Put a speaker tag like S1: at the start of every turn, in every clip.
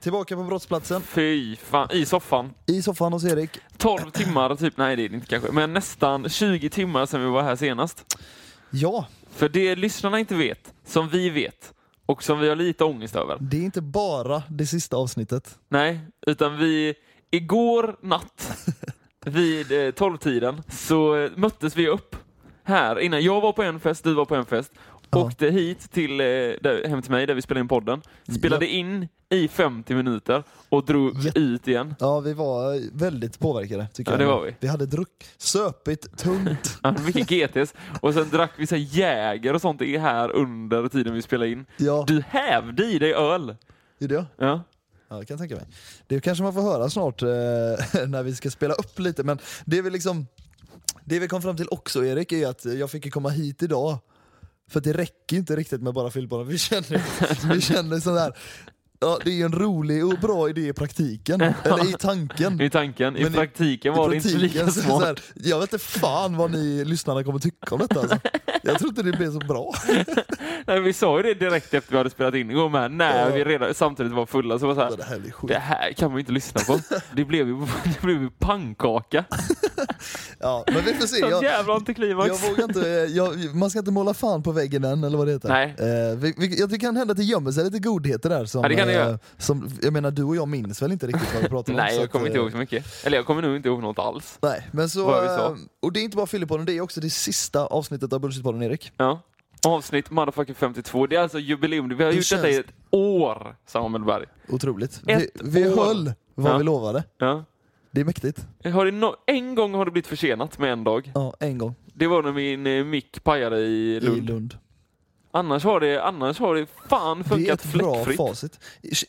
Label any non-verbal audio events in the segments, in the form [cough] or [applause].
S1: Tillbaka på brottsplatsen,
S2: Fy fan, i soffan.
S1: i soffan hos Erik.
S2: 12 timmar typ, nej det är det inte kanske, men nästan 20 timmar sedan vi var här senast.
S1: Ja,
S2: För det lyssnarna inte vet, som vi vet, och som vi har lite ångest över.
S1: det är inte bara det sista avsnittet.
S2: Nej, utan vi, igår natt vid eh, 12-tiden så eh, möttes vi upp här innan. Jag var på en fest, du var på en fest.
S1: Ja.
S2: Åkte hit till, eh, där, hem till mig där vi spelade in podden. Spelade in i 50 minuter och drog
S1: Ja.
S2: ut igen.
S1: Ja, vi var eh, väldigt påverkade tycker
S2: Ja,
S1: jag.
S2: det var vi.
S1: Vi hade druck, söpigt, tungt.
S2: Ja, Mycket GTs. E Och sen drack vi så här Jäger och sånt i här under tiden vi spelade in.
S1: Ja,
S2: Du hävde i dig öl.
S1: gjorde jag?
S2: Ja.
S1: Ja, det kan jag tänka mig. Det kanske man får höra snart eh, [laughs] när vi ska spela upp lite, men det vi liksom det vi kom fram till också Erik är att jag fick ju komma hit idag. För att det räcker ju inte riktigt med bara filmbollar. Vi känner,
S2: [laughs]
S1: vi känner sådär, ja, det är ju en rolig och bra idé i praktiken. Eller i tanken.
S2: I tanken. I
S1: Men i-
S2: praktiken var det inte lika
S1: praktiken så-
S2: smart.
S1: såhär, jag vet inte fan vad ni lyssnarna kommer tycka om detta alltså. Jag tror inte det blir så bra.
S2: Nej, vi sa ju det direkt efter vi hade spelat in igår med, när
S1: Ja.
S2: vi redan samtidigt var fulla. Så var det så här,
S1: Det här blir skit.
S2: det här kan vi inte lyssna
S1: [laughs]
S2: på. Det blev ju, [laughs] det blev ju pannkaka.
S1: Ja, men vi får se.
S2: Sånt
S1: Jag,
S2: jävla antiklimax.
S1: Jag vågar inte, eh, jag, man ska inte måla fan på väggen än eller vad det heter.
S2: Nej.
S1: Eh, vi, vi, jag tycker det kan hända att det gömmer sig lite godheter där. Som,
S2: Ja, det kan det
S1: eh,
S2: göra.
S1: som, jag menar du och jag minns väl inte riktigt vad vi pratade om.
S2: [laughs] Nej,
S1: så
S2: jag
S1: att,
S2: kommer inte
S1: eh,
S2: ihåg så mycket. Eller jag kommer nog inte ihåg något alls.
S1: Nej, men så,
S2: Vad vi sa.
S1: eh, och det är inte bara Filipodden, det är också det sista avsnittet av Bullshitpodden Erik.
S2: Ja. Avsnitt motherfucking 52. Det är alltså jubileum. Vi har
S1: Det
S2: gjort detta i
S1: känns-
S2: ett år, Samuel Berg.
S1: Otroligt.
S2: Ett
S1: vi vi
S2: år.
S1: höll vad
S2: Ja.
S1: vi lovade.
S2: Ja.
S1: Det är mäktigt.
S2: Har det no- en gång har det blivit försenat med en dag.
S1: Ja, en gång
S2: Det var när min eh, mick pajade i Lund.
S1: i Lund.
S2: Annars, har det, annars har det fan
S1: Det är
S2: funkat
S1: ett bra
S2: fläckfritt.
S1: facit.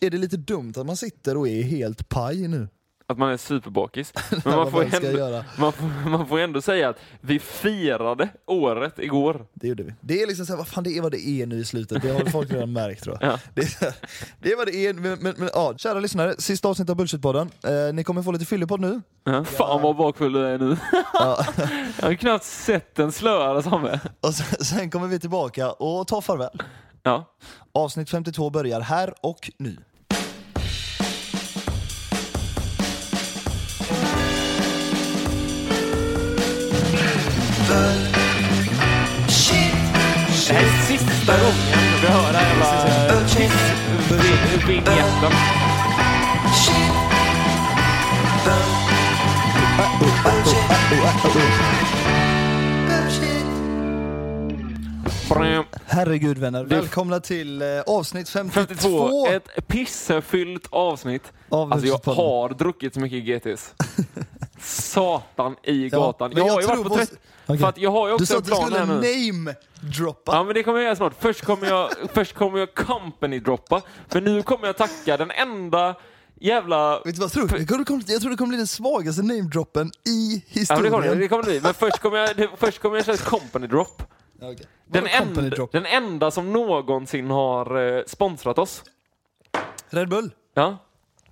S1: Är det lite dumt att man sitter och är helt paj nu?
S2: Att man
S1: [laughs]
S2: är superbakis. Men
S1: När
S2: man får
S1: väl ska
S2: ändå
S1: göra.
S2: Man får, man får ändå säga att vi firade året igår.
S1: Det gjorde vi. Det är liksom såhär, vad fan det är vad det är nu i slutet, det har väl folk redan märkt tror jag.
S2: Ja.
S1: Det, är- det är vad det är, men, men, men ja, kära lyssnare, sista avsnittet av Bullshitpodden. Eh, ni kommer få lite fyllepodd nu.
S2: Ja. Fan vad bakfull du är nu.
S1: Ja.
S2: [laughs] Jag har knappt sett en slöare Samme.
S1: Och sen, sen kommer vi tillbaka och tar farväl.
S2: Ja.
S1: Avsnitt 52 börjar här och nu.
S2: Det här är sista gången vi hör det här jävla vi- vinjetten. Bram.
S1: Herregud vänner, välkomna till eh, avsnitt 52,
S2: 52. Ett pissefyllt avsnitt.
S1: av
S2: Alltså jag
S1: Bullshitpodden.
S2: har druckit så mycket GTs. Satan
S1: [laughs]
S2: i gatan.
S1: men
S2: Jag
S1: jag
S2: har ju
S1: tror
S2: varit på
S1: på-
S2: tvätt...
S1: Okej.
S2: För att jag har ju
S1: Du
S2: också
S1: sa
S2: en
S1: att du
S2: plan
S1: skulle
S2: här nu.
S1: name-droppa.
S2: Ja men det kommer jag göra snart. Först kommer jag, [laughs] först kommer jag company-droppa, för nu kommer jag tacka den enda jävla...
S1: Vet du vad jag tror? Jag tror det kom- Jag tror det kommer bli den svagaste namedroppen i
S2: Ja, men det
S1: historien.
S2: kommer det, det kommer det bli. Men först kommer jag, det, först kommer jag köra ett company-drop.
S1: Ja, okej.
S2: Den,
S1: Vadå company
S2: enda-
S1: drop?
S2: den enda som någonsin har eh, sponsrat oss.
S1: Red Bull?
S2: Ja.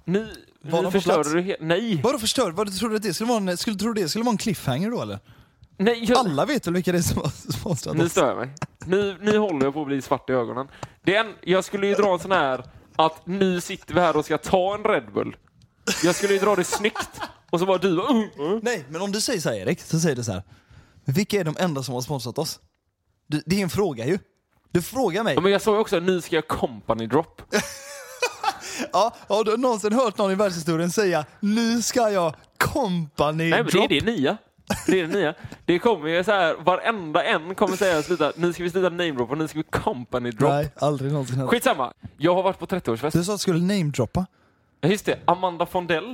S2: Nu,
S1: Var de
S2: nu
S1: på
S2: förstörde
S1: plats?
S2: du helt... Nej!
S1: Vadå förstörd? Vad trodde du att det skulle vara en, skulle, trodde du det skulle vara en cliffhanger då eller?
S2: Nej jag,
S1: Alla vet väl vilka det är som har sponsrat
S2: nu
S1: oss?
S2: stör jag mig. Nu, nu håller jag på att bli svart i ögonen. Det är en, jag skulle ju dra en sån här att nu sitter vi här och ska ta en Red Bull. Jag skulle ju dra det snyggt. Och så bara du bara, "Mm, mm."
S1: Nej, men om du säger så här Erik, så säger du så här. Vilka är de enda som har sponsrat oss? Du, det är en fråga ju. Du frågar mig.
S2: Ja, men jag sa ju också att nu ska jag company drop.
S1: Ja, har du någonsin hört någon i världshistorien säga nu ska jag company
S2: Nej, men det är
S1: drop?
S2: det nya. Det är det nya. Det kommer ju så här, varenda en kommer säga sluta, nu ska vi sluta name drop och nu ska vi company drop.
S1: Nej, aldrig någonsin hänt.
S2: Skitsamma. Jag har varit på 30-årsfest.
S1: Du sa att du skulle namedroppa.
S2: Ja, Just det, Amanda [laughs] Fondell.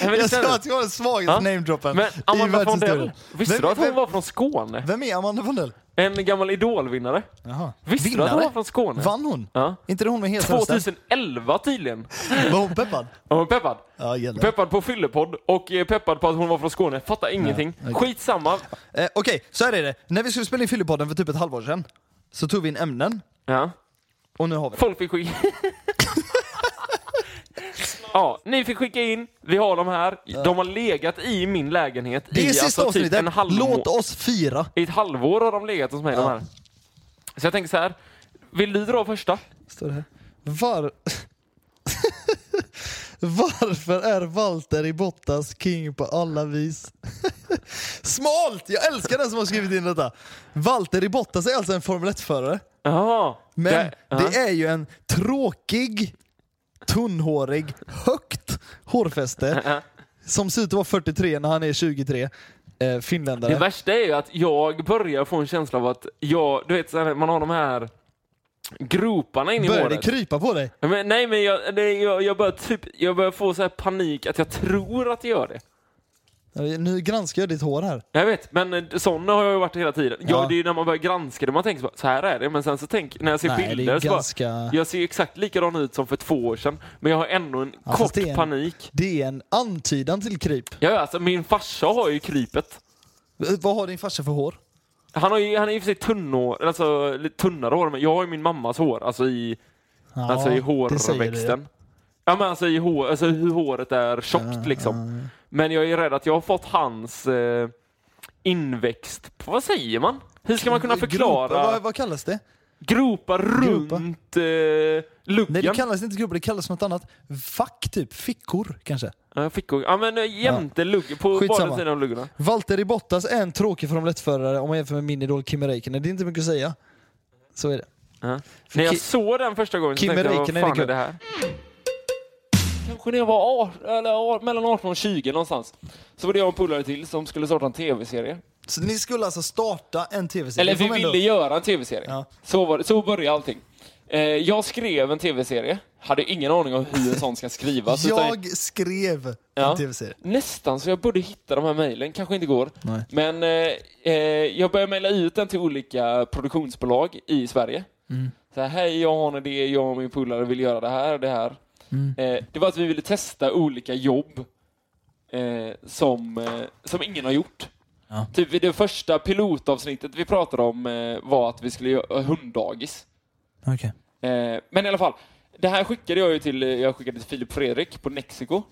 S2: Nej, men
S1: Jag
S2: lyssna nu.
S1: sa att jag var den svagaste
S2: Ja.
S1: namedroppen
S2: Men Amanda
S1: i
S2: Fondell,
S1: världshistorien.
S2: visste
S1: Vem-
S2: du att hon
S1: vem-
S2: var från Skåne?
S1: Vem är Amanda Fondell?
S2: En gammal idolvinnare.
S1: Jaha.
S2: Visste du att hon var från Skåne?
S1: Vann hon?
S2: Ja.
S1: Inte det hon med helrösten?
S2: 2011 tydligen.
S1: Var hon peppad?
S2: Var hon peppad?
S1: Ja, jävlar.
S2: Peppad på fyllepodd och eh, peppad på att hon var från Skåne. Fattar ingenting.
S1: okej.
S2: Skitsamma.
S1: Eh, Okej, så här är det. När vi skulle spela in Fyllepodden för typ ett halvår sedan så tog vi in ämnen
S2: Ja.
S1: och nu har vi det.
S2: Folk fick skicka [laughs] Ja, ni fick skicka in, vi har dem här. De har legat i min lägenhet
S1: Det
S2: i
S1: är sista
S2: alltså typ
S1: avsnittet.
S2: en halv
S1: Låt oss fira.
S2: I ett halvår har de legat hos mig, de
S1: Ja.
S2: här. Så jag tänker så här, vill du dra första?
S1: Står det här. Var... [laughs] Varför är Walter i Bottas king på alla vis? [laughs] Smalt! Jag älskar den som har skrivit in detta. Walter i Bottas är alltså en Formel 1-förare.
S2: Jaha.
S1: Men det,
S2: ja.
S1: är ju en tråkig, tunnhårig, högt hårfäste som ser ut att vara 43 när han är 23. Eh, finländare.
S2: Det värsta är ju att jag börjar få en känsla av att jag, du vet, så här, man har de här groparna in i
S1: Börjar det
S2: håret.
S1: krypa på dig?
S2: Ja, Men, nej, men jag, det, jag, jag, börjar typ, jag börjar få så här panik att jag tror att det gör det.
S1: Nu granskar jag ditt hår här.
S2: Jag vet, men eh, sån har jag ju varit hela tiden. Ja.
S1: Ja.
S2: det är ju när man börjar granska det man tänker så, bara, så här är det, men sen så tänk, när jag ser
S1: Nej, det
S2: bilder
S1: är
S2: så bara,
S1: ganska...
S2: jag ser ju exakt likadan ut som för två år sedan, men jag har ändå en
S1: Ja,
S2: kort
S1: fast det är en-
S2: panik.
S1: Det är en antydan till kryp.
S2: Ja, ja, alltså, min farsa har ju krypet.
S1: Eh, Vad har din farsa för hår?
S2: Han, har ju, han är i och för sig tunnhår, alltså lite tunnare hår, men jag har ju min mammas hår, alltså i,
S1: Ja,
S2: alltså i
S1: det säger du.
S2: hårväxten. Ja men alltså, i hår, alltså hur håret är tjockt liksom. Men jag är rädd att jag har fått hans eh, inväxt, på, vad säger man? Hur ska man kunna förklara?
S1: Gropa, vad, vad kallas det?
S2: gropa
S1: Gropa.
S2: runt eh, luggen.
S1: Nej, det kallas inte gropar, det kallas något annat. Fack typ, fickor kanske.
S2: Ja, fickor. Ja, men eh, jämte lugg, på
S1: Skitsamma.
S2: båda sidor av luggorna.
S1: Valtteri Bottas är en tråkig Formel 1-förare om man jämför med min idol Kimi Räikkönen. Det är inte mycket att säga. Så är det.
S2: Ja. När jag
S1: Ki-
S2: såg den första gången så
S1: Kimi
S2: tänkte jag, vad
S1: Räikkönen
S2: fan
S1: är
S2: är det här? Kanske när jag var art, eller, art- mellan 18 och 20 någonstans. Så var det jag och en polare till som skulle starta en tv-serie.
S1: Så ni skulle alltså starta en tv-serie?
S2: Eller
S1: Det får
S2: vi
S1: man
S2: ville
S1: ändå-
S2: göra en tv-serie.
S1: Ja.
S2: Så, var det, så började allting. Eh, jag skrev en tv-serie. Hade ingen aning om hur en sån ska skrivas. utan-
S1: [laughs] Jag skrev
S2: Ja.
S1: en tv-serie.
S2: Nästan, så jag borde hitta de här mejlen. Kanske inte går.
S1: Nej.
S2: Men eh, eh, jag började mejla ut den till olika produktionsbolag i Sverige. Så här, hej, jag har en idé, jag och min polare vill göra det här och det här. Eh, det var att vi ville testa olika jobb eh, som, eh, som ingen har gjort.
S1: Ja.
S2: Typ i det första pilotavsnittet vi pratade om eh, var att vi skulle göra hunddagis.
S1: Okej.
S2: Eh, men i alla fall, det här skickade jag ju till, eh, jag skickade till Filip Fredrik på Nexiko.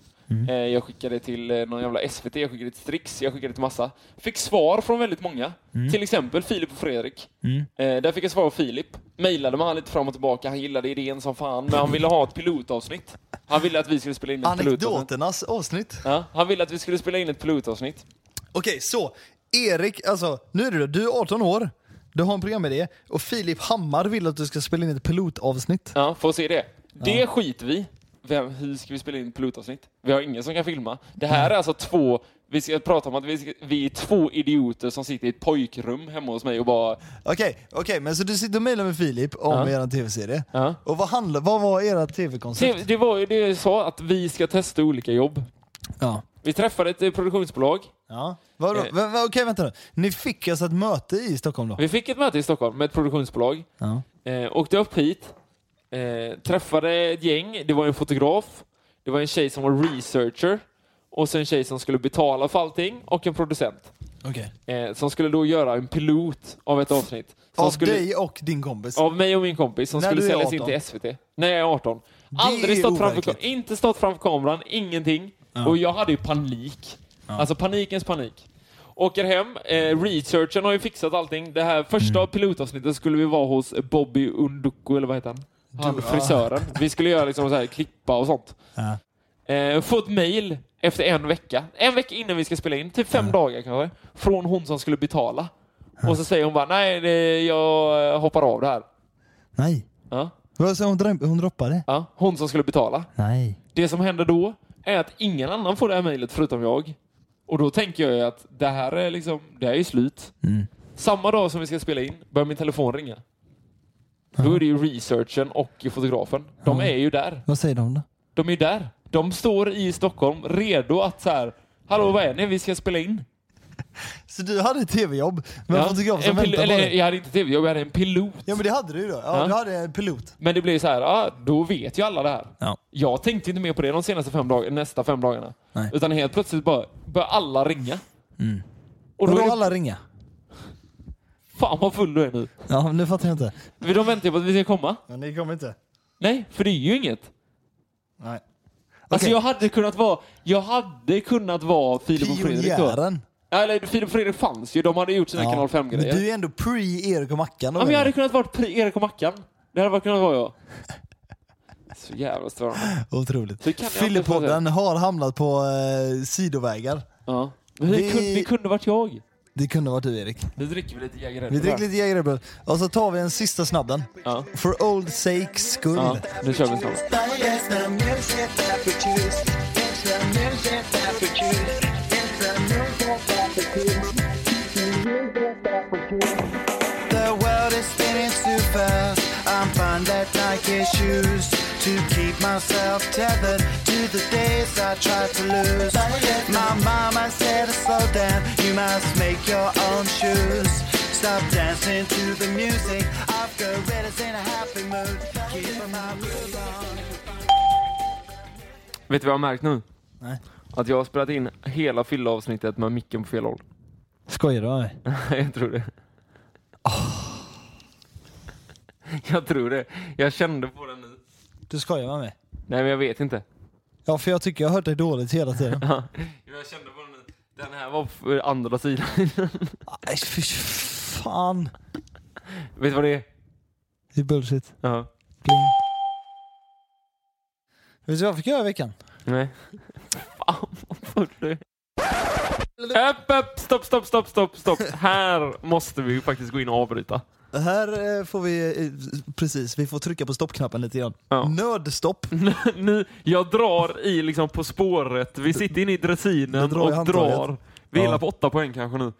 S2: Eh, jag skickade till eh, någon jävla SVT, jag skickade till Strix, jag skickade till massa. Fick svar från väldigt många. Till exempel Filip och Fredrik. Eh, där fick jag svar av Filip. Mejlade man lite fram och tillbaka, han gillade idén som fan, men han ville ha ett pilotavsnitt. Han ville att vi skulle spela in ett pilotavsnitt.
S1: Anekdoternas avsnitt.
S2: Ja, han ville att vi skulle spela in ett pilotavsnitt.
S1: Okej, så. Erik, alltså nu är du Du är 18 år. Du har en programidé och Filip Hammar vill att du ska spela in ett pilotavsnitt.
S2: Ja, får se det. Det skiter vi i. Vem, hur ska vi spela in ett pilotavsnitt? Vi har ingen som kan filma. Det här är alltså två, vi ska prata om att vi, ska, vi är två idioter som sitter i ett pojkrum hemma hos mig och bara...
S1: Okej, okej, men så du sitter och mejlar med Filip om
S2: Ja.
S1: er tv-serie.
S2: Ja.
S1: Och vad, handlar, vad var era tv-koncept?
S2: Det, det var ju det jag sa, att vi ska testa olika jobb.
S1: Ja.
S2: Vi träffade ett eh, produktionsbolag.
S1: Ja. Vadå?
S2: Eh.
S1: Vä- vä- Okej, vänta nu. Ni fick alltså ett möte i Stockholm då?
S2: Vi fick ett möte i Stockholm med ett produktionsbolag.
S1: Ja.
S2: Eh, åkte upp hit. Eh, träffade ett gäng. Det var en fotograf. Det var en tjej som var researcher. Och sen en tjej som skulle betala för allting. Och en producent.
S1: Okej.
S2: eh, som skulle då göra en pilot av ett avsnitt. Som
S1: Av
S2: skulle,
S1: dig och din kompis?
S2: Av mig och min kompis som
S1: När
S2: skulle
S1: du är
S2: säljas in
S1: 18.
S2: till SVT. När jag är 18. Aldrig
S1: är
S2: stått framför,
S1: overkligt.
S2: kam- inte stått framför kameran, ingenting. Och jag hade ju panik. Alltså panikens panik. Åker hem, eh, researchen har ju fixat allting. Det här första
S1: Mm.
S2: pilotavsnittet skulle vi vara hos Bobby Unduko, eller vad heter han? Han
S1: Du- ja.
S2: frisören. Vi skulle göra liksom så här, klippa och sånt.
S1: Ja.
S2: Eh, få ett mail efter en vecka. En vecka innan vi ska spela in, typ fem dagar kanske. Från hon som skulle betala. Och så säger hon bara nej, det, jag eh, hoppar av det här.
S1: Nej.
S2: Ja,
S1: Vad sa hon? Dröm- Hon droppade?
S2: ja, hon som skulle betala.
S1: Nej.
S2: Det som händer då är att ingen annan får det här mejlet förutom jag. Och då tänker jag ju att det här är liksom, det här är ju slut.
S1: Mm.
S2: Samma dag som vi ska spela in börjar min telefon ringa. Då är det ju researchen och fotografen. De är ju där.
S1: Vad säger de då?
S2: De är ju där. De står i Stockholm redo att så här, hallå vad är ni? Vi ska spela in.
S1: Så du hade ett tv-jobb med en fotograf som
S2: en pil-
S1: väntade
S2: eller,
S1: på dig?
S2: Jag hade inte tv, jag hade en pilot.
S1: Ja men det hade du ju då. Ja,
S2: Ja.
S1: Du hade en pilot.
S2: Men det blir så här, ah, då vet ju alla det här.
S1: Ja.
S2: Jag tänkte inte mer på det de senaste fem dag- nästa fem dagarna.
S1: Nej. Mm.
S2: Utan helt plötsligt bara börjar alla ringa. Och då
S1: Vadå
S2: är det,
S1: alla ringa?
S2: fan vad full du är nu.
S1: Ja, nu fattar jag inte.
S2: De väntar ju på att vi ska komma.
S1: Men ni kommer inte?
S2: Nej, för det är ju inget.
S1: Nej.
S2: Alltså
S1: Okej.
S2: jag hade kunnat vara, jag hade kunnat vara Filip och Fredrik då.
S1: Pionjären.
S2: Ja, Eller Filip och Fredrik fanns ju, de hade gjort sina Kanal 5
S1: Men
S2: grejer.
S1: du är ändå pre-Erik och Mackan då?
S2: Ja, men
S1: menar
S2: jag hade kunnat vara Erik och Mackan. Det hade varit kunnat vara jag. Så jävla störande.
S1: Otroligt.
S2: Så kan jag
S1: Fyllepodden har hamnat på eh, sidovägar.
S2: Ja. Men det,
S1: Vi-
S2: kunde, det kunde varit jag.
S1: Det kunde varit du Erik.
S2: Nu dricker vi lite Jäger
S1: Vi dricker lite Jägerebröd och så tar vi en sista snabben.
S2: Ja.
S1: For old sakes skull.
S2: Ja, nu kör vi snabbt.
S3: The world is spinning too fast. I'm fine that Nike shoes to keep myself tethered to the days I tried to lose. My mama said to slow down. You must make your own shoes. Stop dancing to the music. After red is in a happy mood. Keep my mood on.
S2: Vet du vad jag har märkt nu?
S1: Nej.
S2: Att jag har spelat in hela fylleavsnittet med micken på fel håll. [laughs]
S1: Skojar du med mig?
S2: jag tror det. Ah. Jag tror det. Jag kände på den nu.
S1: Du skojar med mig?
S2: Nej, men jag vet inte.
S1: Ja, för jag tycker jag har hört dig dåligt hela tiden.
S2: Ja, jag kände på den nu. Den här var på andra sidan. [laughs]
S1: Aj, fy fan.
S2: vet du vad det är?
S1: Det är bullshit.
S2: Ja.
S1: Bling. Vet du vad jag fick göra i veckan?
S2: Nej. [laughs] Fan vad full du är. Upp, upp, stopp, stopp, stopp, stopp, stopp. Här måste vi ju faktiskt gå in och avbryta.
S1: Här eh, får vi, eh, precis, vi får trycka på stoppknappen lite grann.
S2: Ja. Mm.
S1: Nödstopp.
S2: nu, jag drar i liksom På spåret. Vi sitter inne i dressinen
S1: Jag drar i
S2: och
S1: handtaget.
S2: drar. Vi är
S1: Ja.
S2: hela på åtta poäng
S1: [laughs]
S2: kanske nu.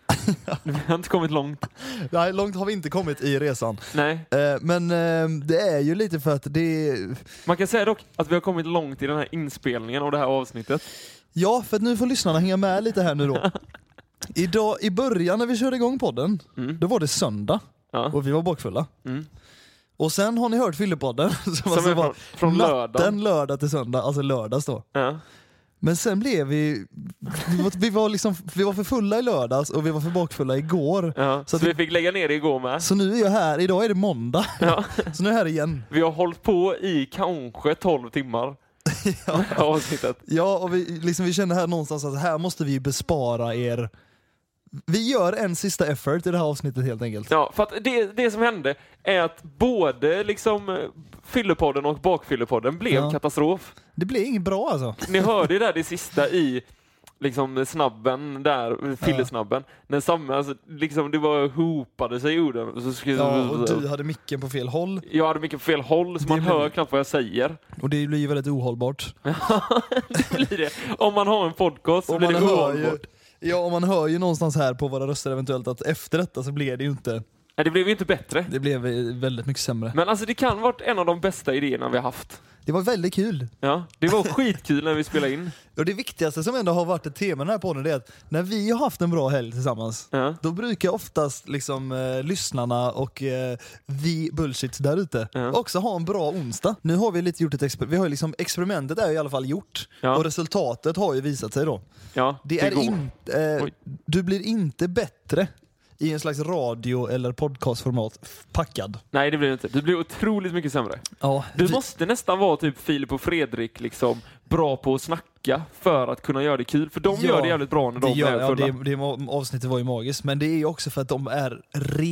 S2: Vi har inte kommit långt.
S1: Nej, långt har vi inte kommit i resan.
S2: Nej.
S1: Eh, Men eh, det är ju lite för att det...
S2: Man kan säga dock att vi har kommit långt i den här inspelningen av det här avsnittet.
S1: Ja, för att nu får lyssnarna hänga med lite här nu
S2: [laughs]
S1: då. Idag, I början när vi körde igång podden, då var det söndag
S2: Mm. Ja.
S1: och vi var bakfulla.
S2: Mm.
S1: Och sen har ni hört Fyllepodden [laughs] som, alltså
S2: är
S1: var
S2: från- från
S1: natten
S2: lördagen.
S1: lördag till söndag, alltså lördags då.
S2: Ja.
S1: Men sen blev vi... Vi var, vi var, liksom, vi var för fulla i lördags och vi var för bakfulla igår.
S2: Ja. Så,
S1: Så att
S2: vi fick lägga ner det igår med.
S1: Så nu är jag här, idag är det måndag.
S2: Ja.
S1: [laughs] Så nu är jag här igen.
S2: Vi har hållit på i kanske 12 timmar.
S1: [laughs] Ja.
S2: med det här avsnittet.
S1: Ja, och vi, liksom, vi känner här någonstans att här måste vi bespara er. Vi gör en sista effort i det här avsnittet helt enkelt.
S2: Ja, för att det, det som hände är att både liksom eh, Fyllepodden och Bakfyllepodden blev
S1: Ja.
S2: katastrof.
S1: Det blir inget bra alltså.
S2: Ni hörde ju där det sista i liksom snabben där, fyllesnabben. När samma, alltså, liksom det var hopade sig i orden. Och Så skulle,
S1: Ja, och du hade micken på fel håll
S2: Jag hade mycket på fel håll så
S1: Det
S2: man
S1: blir-
S2: hör knappt vad jag säger. [laughs]
S1: och det blir ju väldigt ohållbart.
S2: Det blir det. Om man har en podcast så
S1: Och
S2: blir det
S1: hör ju,
S2: ohållbart.
S1: ja, och man hör ju någonstans här på våra röster eventuellt att efter detta så blev det ju inte...
S2: Nej, det blev ju inte bättre.
S1: Det blev väldigt mycket sämre.
S2: Men alltså det kan varit en av de bästa idéerna vi har haft.
S1: Det var väldigt kul.
S2: Ja, det
S1: [laughs]
S2: var skitkul när vi spelade in.
S1: Och det viktigaste som ändå har varit ett tema i den här podden det är att när vi har haft en bra helg tillsammans
S2: Ja.
S1: Då brukar oftast liksom, eh, lyssnarna och eh, vi bullshit där ute
S2: Ja.
S1: också ha en bra onsdag. Nu har vi lite gjort ett exper- vi har ju liksom, experimentet är ju i alla fall gjort
S2: Ja.
S1: och resultatet har ju visat sig då.
S2: Ja,
S1: Det är
S2: går.
S1: inte, eh,
S2: Oj.
S1: du blir inte bättre i en slags radio eller podcastformat f- packad.
S2: Nej, det blir det inte. Det blir otroligt mycket sämre.
S1: Ja,
S2: Du måste nästan vara typ Filip och Fredrik, liksom, bra på att snacka för att kunna göra det kul. För de
S1: Ja,
S2: gör det jävligt bra när
S1: det,
S2: de
S1: gör,
S2: är
S1: ja,
S2: fulla.
S1: det, det må- avsnittet var ju magiskt, men det är ju också för att de är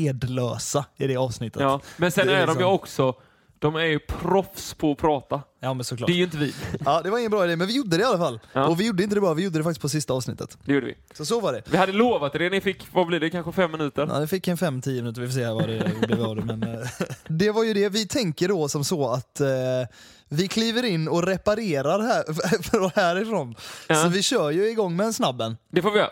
S1: redlösa i det avsnittet.
S2: ja. Men sen
S1: det är
S2: är, de
S1: liksom-
S2: ju också, de är ju proffs på att prata.
S1: Ja, men såklart.
S2: Det är ju
S1: [laughs]
S2: inte vi.
S1: Ja, det var ingen bra idé, men vi gjorde det i alla fall.
S2: Ja.
S1: Och vi gjorde inte det bara, vi gjorde det faktiskt på sista avsnittet.
S2: Det gjorde vi.
S1: Så så var det.
S2: Vi hade lovat det. Ni fick, vad blir det, kanske fem minuter?
S1: Ja, det fick en 5-10 minuter, vi får se här vad det blev av det. Men, eh, [laughs] det var ju det, vi tänker då som så att eh, vi kliver in och reparerar här, [laughs] från härifrån.
S2: Ja.
S1: Så vi kör ju igång med en snabben.
S2: Det får vi göra.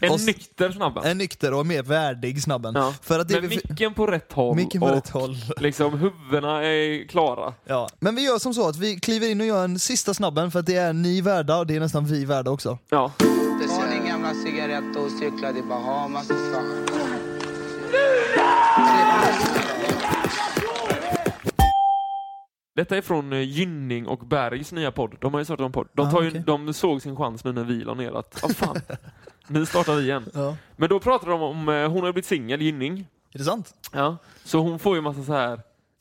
S2: En
S1: Och s-
S2: nykter snabba.
S1: En nykter och mer värdig snabben.
S2: Ja.
S1: Eh, För att det
S2: Men
S1: vi,
S2: micken på rätt håll
S1: micken på
S2: och
S1: rätt håll.
S2: liksom huvudena är klara.
S1: Ja. Men vi gör som så att vi kliver in och gör en sista snabben för att det är ni värda och det är nästan vi värda också.
S2: Ja.
S4: Ta din gamla cigarett och cykla till Bahamas för fan.
S2: Detta är från eh, Gynning och Bergs nya podd. De har ju startat en podd. De, tar ju,
S1: Ah, okej.
S2: de såg sin chans nu när vi la ner att, oh, fan, nu startar vi igen.
S1: [laughs] Ja.
S2: Men då pratar de om, eh, hon har ju blivit singel, Gynning.
S1: Är det sant?
S2: Ja. Så hon får ju massa så här,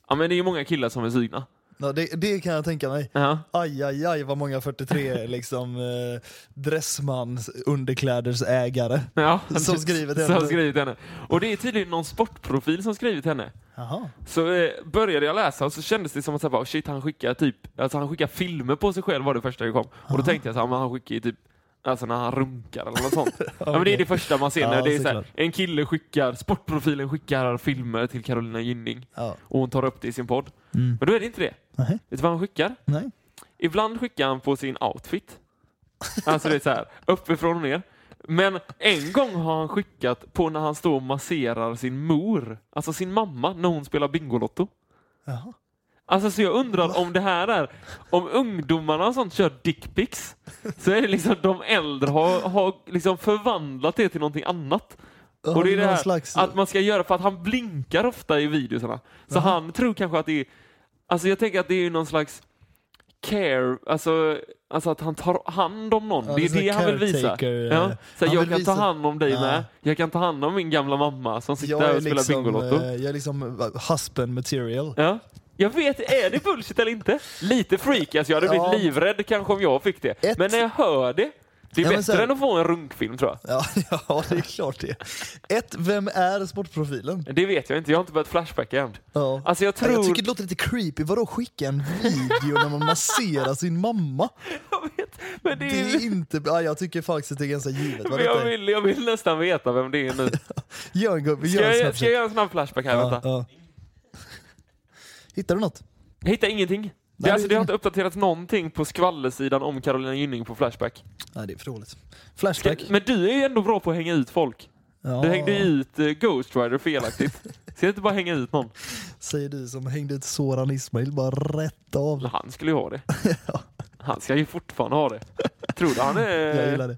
S2: ja men det är ju många killar som är sugna.
S1: Ja, det, det kan jag tänka mig.
S2: Ja.
S1: Aj, aj, aj vad många
S2: [laughs]
S1: 43 liksom, eh, dressmans underklädersägare
S2: Ja,
S1: Som skrivit henne.
S2: Som skrivit henne. Och det är tydligen någon sportprofil som skrivit henne.
S1: Jaha.
S2: Så eh, började jag läsa och så kändes det som att så här, bara, shit, han skickar typ, alltså han skickar filmer på sig själv var det första jag kom. Och då tänkte jag så här, men han skickar ju typ Alltså när han runkar eller
S1: [laughs]
S2: något sånt. ja, men det är det första man ser.
S1: Ja,
S2: när det är så här,
S1: såklart.
S2: en kille skickar, sportprofilen skickar filmer till Carolina Gynning
S1: Ja.
S2: och hon tar upp det i sin podd.
S1: Mm.
S2: Men då är det inte det.
S1: Nej.
S2: Vet du vad han skickar?
S1: Nej.
S2: Ibland skickar han på sin outfit. Alltså det är så här, uppifrån och ner. Men en gång har han skickat på när han står och masserar sin mor, alltså sin mamma, när hon spelar Bingolotto.
S1: Jaha.
S2: Alltså så jag undrar om det här är, om ungdomarna och sånt kör dickpics, så är det liksom de äldre har, har liksom förvandlat det till någonting annat. Och det är det
S1: Någon
S2: här
S1: slags-
S2: att man ska göra för att han blinkar ofta i videorna. Så han tror kanske att det är, alltså jag tänker att det är ju någon slags care, alltså, alltså att han tar hand om någon.
S1: Ja,
S2: det
S1: det är
S2: är det
S1: så
S2: han vill visa.
S1: caretaker, eh,
S2: Ja. Så
S1: han
S2: jag
S1: vill
S2: kan
S1: visa-
S2: ta hand om dig
S1: Ja.
S2: med. Jag kan ta hand om min gamla mamma som sitter
S1: jag
S2: där
S1: är,
S2: och spelar
S1: liksom,
S2: Bingolotto.
S1: eh, jag är liksom eh, husband material.
S2: Ja. Jag vet, är det bullshit eller inte? Lite freak, alltså jag hade blivit
S1: Ja.
S2: livrädd kanske om jag fick det.
S1: Ett-
S2: Men när jag hör det, det är
S1: Ja, men så
S2: bättre
S1: här-
S2: än att få en runkfilm tror jag.
S1: Ja, [laughs] ja, det är klart det. Ett, vem är sportprofilen?
S2: Det vet jag inte, jag har inte börjat flashbacka än.
S1: Ja.
S2: Alltså jag tror...
S1: Jag tycker det låter lite creepy. Vadå skicka en video när man masserar sin mamma?
S2: [laughs] jag vet, [laughs] men det
S1: Det
S2: är...
S1: är inte bra. Jag tycker faktiskt att det är ganska givet. Vad
S2: Men jag,
S1: detta är.
S2: vill, jag vill nästan veta vem det är
S1: [laughs]
S2: nu.
S1: Gör en gubbe,
S2: Ska
S1: gör en
S2: jag, ska jag
S1: Snapchat.
S2: göra en snabb flashback här?
S1: Ja,
S2: Vänta.
S1: ja. Hittar du något?
S2: Jag hittar ingenting. Det,
S1: det-
S2: alltså, det har inte uppdaterats någonting på skvallersidan om Carolina Gynning på Flashback.
S1: Nej, det är för dåligt. Flashback.
S2: Men du är ju ändå bra på att hänga ut folk.
S1: Ja,
S2: Du hängde ut eh, Ghost
S1: [laughs]
S2: Rider felaktigt. Ska du inte bara hänga ut någon?
S1: Säger du som hängde ut Soran Ismail bara rätt
S2: Men
S1: av.
S2: Han skulle
S1: [laughs]
S2: ju ha det. Han ska ju fortfarande ha det. Tror du
S1: [laughs]
S2: han,
S1: Jag gillar
S2: är,
S1: det.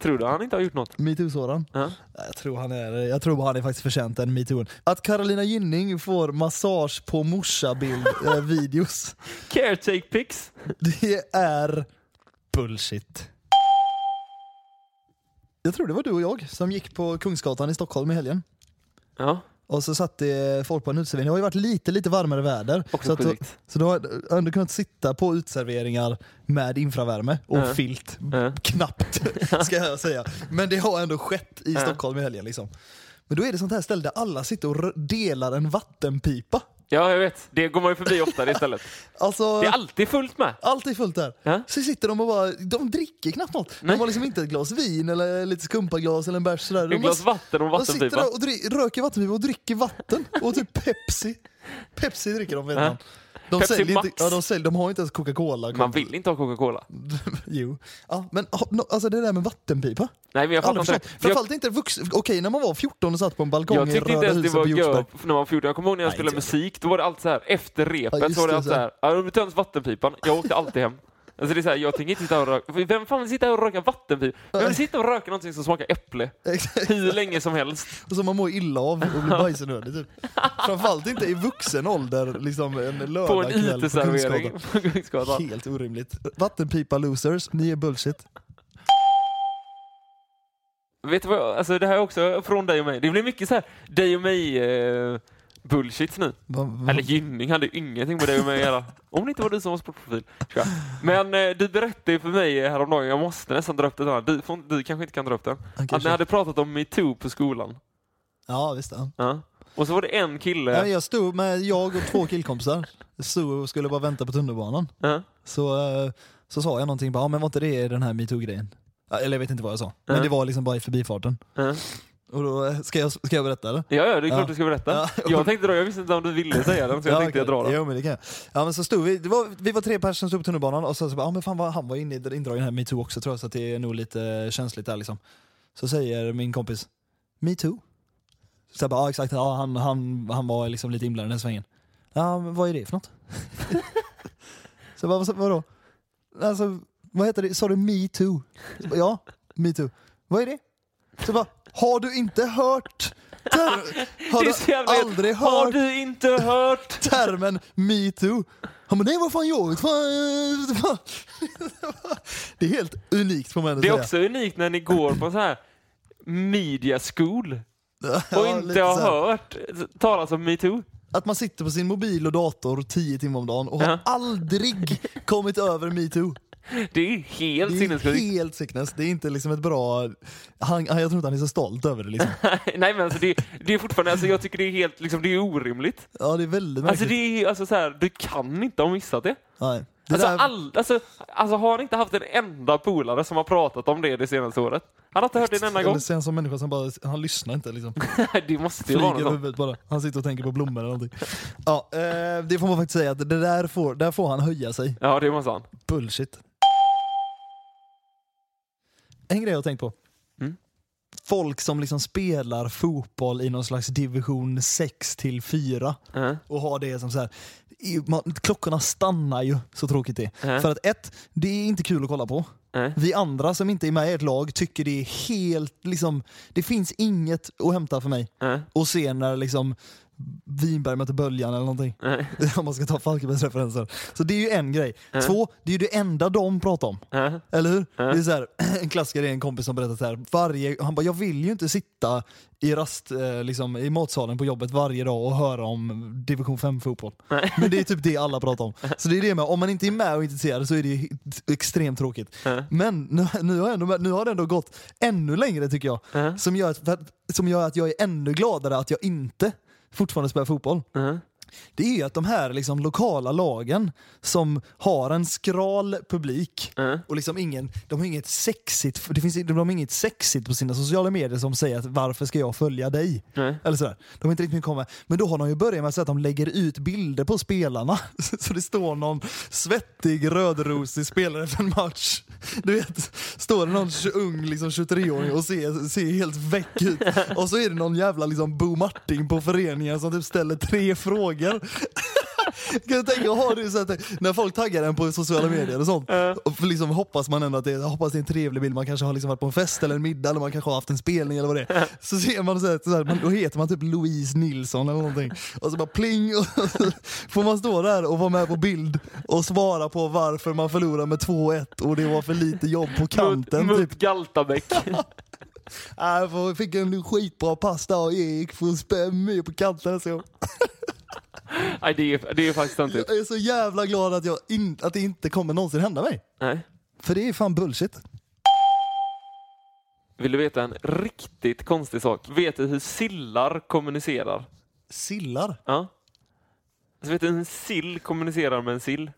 S2: tror du han inte har gjort något?
S1: Metoo-Soran.
S2: Ja.
S1: Jag tror han är, jag tror han är faktiskt förtjänt en metoo. Att Carolina Gynning får massage på eh, morsa-bild-videos,
S2: Caretake pics.
S1: det är bullshit. Jag tror det var du och jag som gick på Kungsgatan i Stockholm i helgen.
S2: Ja,
S1: Och så satt det folk på en uteservering. Det har ju varit lite, lite varmare väder.
S2: Också
S1: så att,
S2: sjukt.
S1: så du har ändå kunnat sitta på uteserveringar med infravärme och
S2: Ja.
S1: filt.
S2: Ja. [laughs]
S1: Knappt, ska jag säga. Men det har ändå skett i
S2: Ja.
S1: Stockholm i helgen. Liksom. Men då är det sånt här ställe där alla sitter och rö- delar en vattenpipa.
S2: ja jag vet. Det går man ju förbi oftare istället.
S1: Alltså,
S2: Det är alltid fullt med.
S1: allt är fullt där.
S2: Ja.
S1: Så sitter de och bara, de dricker knappt något.
S2: Nej.
S1: De har liksom inte ett glas vin eller lite skumpaglas eller en bärs. sådär. De
S2: Ett glas
S1: bara-
S2: vatten och en
S1: De sitter
S2: vattenpipa.
S1: där och dri- röker vattenpipa och dricker vatten och typ Pepsi. Pepsi dricker de vet man. De,
S2: Pepsi
S1: säljer
S2: Max.
S1: inte, ja, de, säljer, de har inte ens Coca-Cola.
S2: Man vill inte ha Coca-Cola.
S1: [laughs] Jo. Ja, men ha- no, alltså det där med vattenpipa.
S2: Nej, men jag fattar
S1: Aldrig
S2: inte.
S1: förstått.
S2: det. För
S1: Framförallt inte vuxen. Okej, när man var 14 och satt på en balkong
S2: Jag
S1: i
S2: tyckte inte
S1: Röda
S2: ens det
S1: huset
S2: var
S1: på Hjortsberg.
S2: gött när man var 14. Jag kommer ihåg när jag
S1: Nej,
S2: spelade
S1: inte
S2: musik, då var det alltid så här efter repet
S1: Ja,
S2: så
S1: just
S2: var det
S1: det,
S2: alltid så här, ja, det töms vattenpipan. Jag åkte alltid hem. Alltså det är så här, jag tänker inte sitta och röka. Vem fan vill sitta här och röka vattenpipa? Vem vill sitta och röka någonting som smakar äpple?
S1: [laughs] Exakt.
S2: Hur länge som
S1: [laughs]
S2: helst.
S1: Och som Alltså, man mår illa av och
S2: [laughs]
S1: blir bajsnödig typ. Framförallt inte i vuxen ålder, liksom en
S2: På en
S1: lördagkväll på
S2: IT-servering
S1: Kungsgatan.
S2: på Kungsgatan.
S1: Helt orimligt. Vattenpipa-losers, ni är bullshit.
S2: Vet du vad, jag- alltså det här är också från dig och mig. Det blir mycket så här, dig och mig eh, bullshit nu.
S1: Va- va-
S2: Eller Gynning hade ju ingenting med dig och mig att göra. Om det inte var du som var sportprofil. tror jag. Men eh, du berättade ju för mig häromdagen, jag måste nästan dra upp den här. Du, får, du kanske inte kan dra upp den.
S1: kanske.
S2: Att ni hade pratat om metoo på skolan.
S1: Ja, visst. Ja.
S2: Ja. Och så var det en kille.
S1: Ja, men jag stod med jag och två killkompisar stod och skulle bara vänta på tunnelbanan.
S2: Ja.
S1: Så, eh, så sa jag någonting, bara, ja, men var inte det den här metoo-grejen? Ja, Eller jag vet inte vad jag sa,
S2: Ja.
S1: men det var liksom bara i förbifarten.
S2: Ja.
S1: Och då, eh, ska, jag, ska jag berätta eller?
S2: Ja, ja, det är klart
S1: Ja.
S2: du ska berätta.
S1: Ja.
S2: Jag tänkte dra, jag visste inte om du ville säga den så jag tänkte jag drar
S1: okej.
S2: den.
S1: Jo, men det kan jag. Ja, men så stod vi, det var, vi var tre personer som stod på tunnelbanan och så, så bara, ja, men fan, vad, han var inne, i- indragen i den här metoo också tror jag, så att det är nog lite känsligt där liksom. Så säger min kompis, metoo? Så jag bara, ja exakt, ja, han, han, han var liksom lite inblandad i den svängen. Ja, men vad är det för något? [laughs] så jag bara, "Vad- vadå? Alltså, vad heter det? Sa du metoo? Så bara, Ja, metoo. Vad är det? Så jag bara, har du inte hört?
S2: [laughs]
S1: Ter- har
S2: Det är så
S1: du
S2: jävla-
S1: aldrig hört?
S2: Har du inte hört?
S1: termen metoo. Han bara, nej vad fan jag vet fan, eh, fan." [laughs] Det är helt unikt får man ändå
S2: Det
S1: [laughs]
S2: är
S1: säga.
S2: också unikt när ni går på en sån här media school
S1: Ja,
S2: och
S1: lite
S2: inte har
S1: så här.
S2: hört talas om metoo.
S1: Att man sitter på sin mobil och dator tio timmar om dagen och har
S2: Ja.
S1: aldrig kommit över metoo.
S2: [laughs] Det är ju helt
S1: Det är
S2: sinnessjukt.
S1: helt sickness. Det är inte liksom ett bra... Han, han, jag tror inte han är så stolt över det.
S2: [laughs]
S1: Liksom.
S2: Nej men alltså det, det är fortfarande, alltså jag tycker det är helt, liksom det är orimligt.
S1: Ja, det är väldigt märkligt.
S2: Alltså det är alltså så här, du kan inte ha missat det.
S1: Nej. Det
S2: Alltså,
S1: där-
S2: all, alltså, alltså har han inte haft en enda polare som har pratat om det det senaste året? Han har inte hört det en enda gång.
S1: Eller sen som människa som bara, han lyssnar inte liksom.
S2: det måste ju
S1: Flyger
S2: vara något
S1: över
S2: sånt.
S1: huvudet bara. Han sitter och tänker på blommor eller någonting. Ja, eh, det får man faktiskt säga att det där får, där får han höja sig.
S2: Ja, det måste han.
S1: Bullshit. En grej jag har tänkt på.
S2: Mm.
S1: Folk som liksom spelar fotboll i någon slags division 6 till 4
S2: Mhm.
S1: och har det som så här. i- Man, klockorna stannar ju, så tråkigt det är.
S2: Mhm.
S1: För att ett, det är inte kul att kolla på.
S2: Nej.
S1: Vi andra som inte är med i ett lag tycker det är helt, liksom, det finns inget att hämta för mig.
S2: Nej.
S1: Och se när liksom Vinberg möter Böljan eller någonting.
S2: Nej.
S1: [laughs] Om man ska ta Falkenbergs referenser. Så det är ju en grej. Två, det är ju det enda de pratar om.
S2: Mhm.
S1: Eller hur? Det är så här, [clears throat] en klassiker är en kompis som berättar så här, varje, han bara jag vill ju inte sitta i rast, eh, liksom, i matsalen på jobbet varje dag och höra om division 5 fotboll. [laughs] Men det är typ det alla pratar om. Så det är det med, om man inte är med och intresserad så är det ju he- extremt tråkigt. Men nu, nu, har jag ändå, nu har det ändå gått ännu längre tycker jag. Som, gör att, för att, som gör att jag är ännu gladare att jag inte fortfarande spelar fotboll det är ju att de här liksom lokala lagen som har en skral publik och liksom ingen, de har inget sexigt, det finns, de har inget sexigt på sina sociala medier som säger att varför ska jag följa dig? Eller sådär. De har inte riktigt mycket komma. Men då har de ju börjat med att säga att de lägger ut bilder på spelarna. [laughs] Så det står någon svettig rödrosig spelare för en match. Du vet, står det någon tj- ung liksom 23-åring och ser, ser helt väck ut. Och så är det någon jävla liksom Bo Martin på föreningen som typ ställer tre frågor. Kan du tänka att ha det så att när folk taggar en på sociala medier och sånt, och liksom hoppas man ändå att det, hoppas det är en trevlig bild, man kanske har liksom varit på en fest eller en middag eller man kanske har haft en spelning eller vad det är. Så ser man så här, så här man, då heter man typ Louise Nilsson eller någonting. Och så bara pling! Och så får man stå där och vara med på bild och svara på varför man förlorar med 2-1 och det var för lite jobb på kanten.
S2: mot
S1: typ.
S2: mot Galtabäck.
S1: Äh, för jag fick en skitbra pass där och jag gick från spänn med på kanten. Så.
S2: [laughs] Nej, det är, det är faktiskt inte.
S1: Jag är så jävla glad att, jag in, att det inte kommer någonsin hända mig.
S2: Nej.
S1: För det är fan bullshit.
S2: Vill du veta en riktigt konstig sak? Vet du hur sillar kommunicerar?
S1: Sillar?
S2: Ja. Alltså, vet du hur en sill kommunicerar med en sill?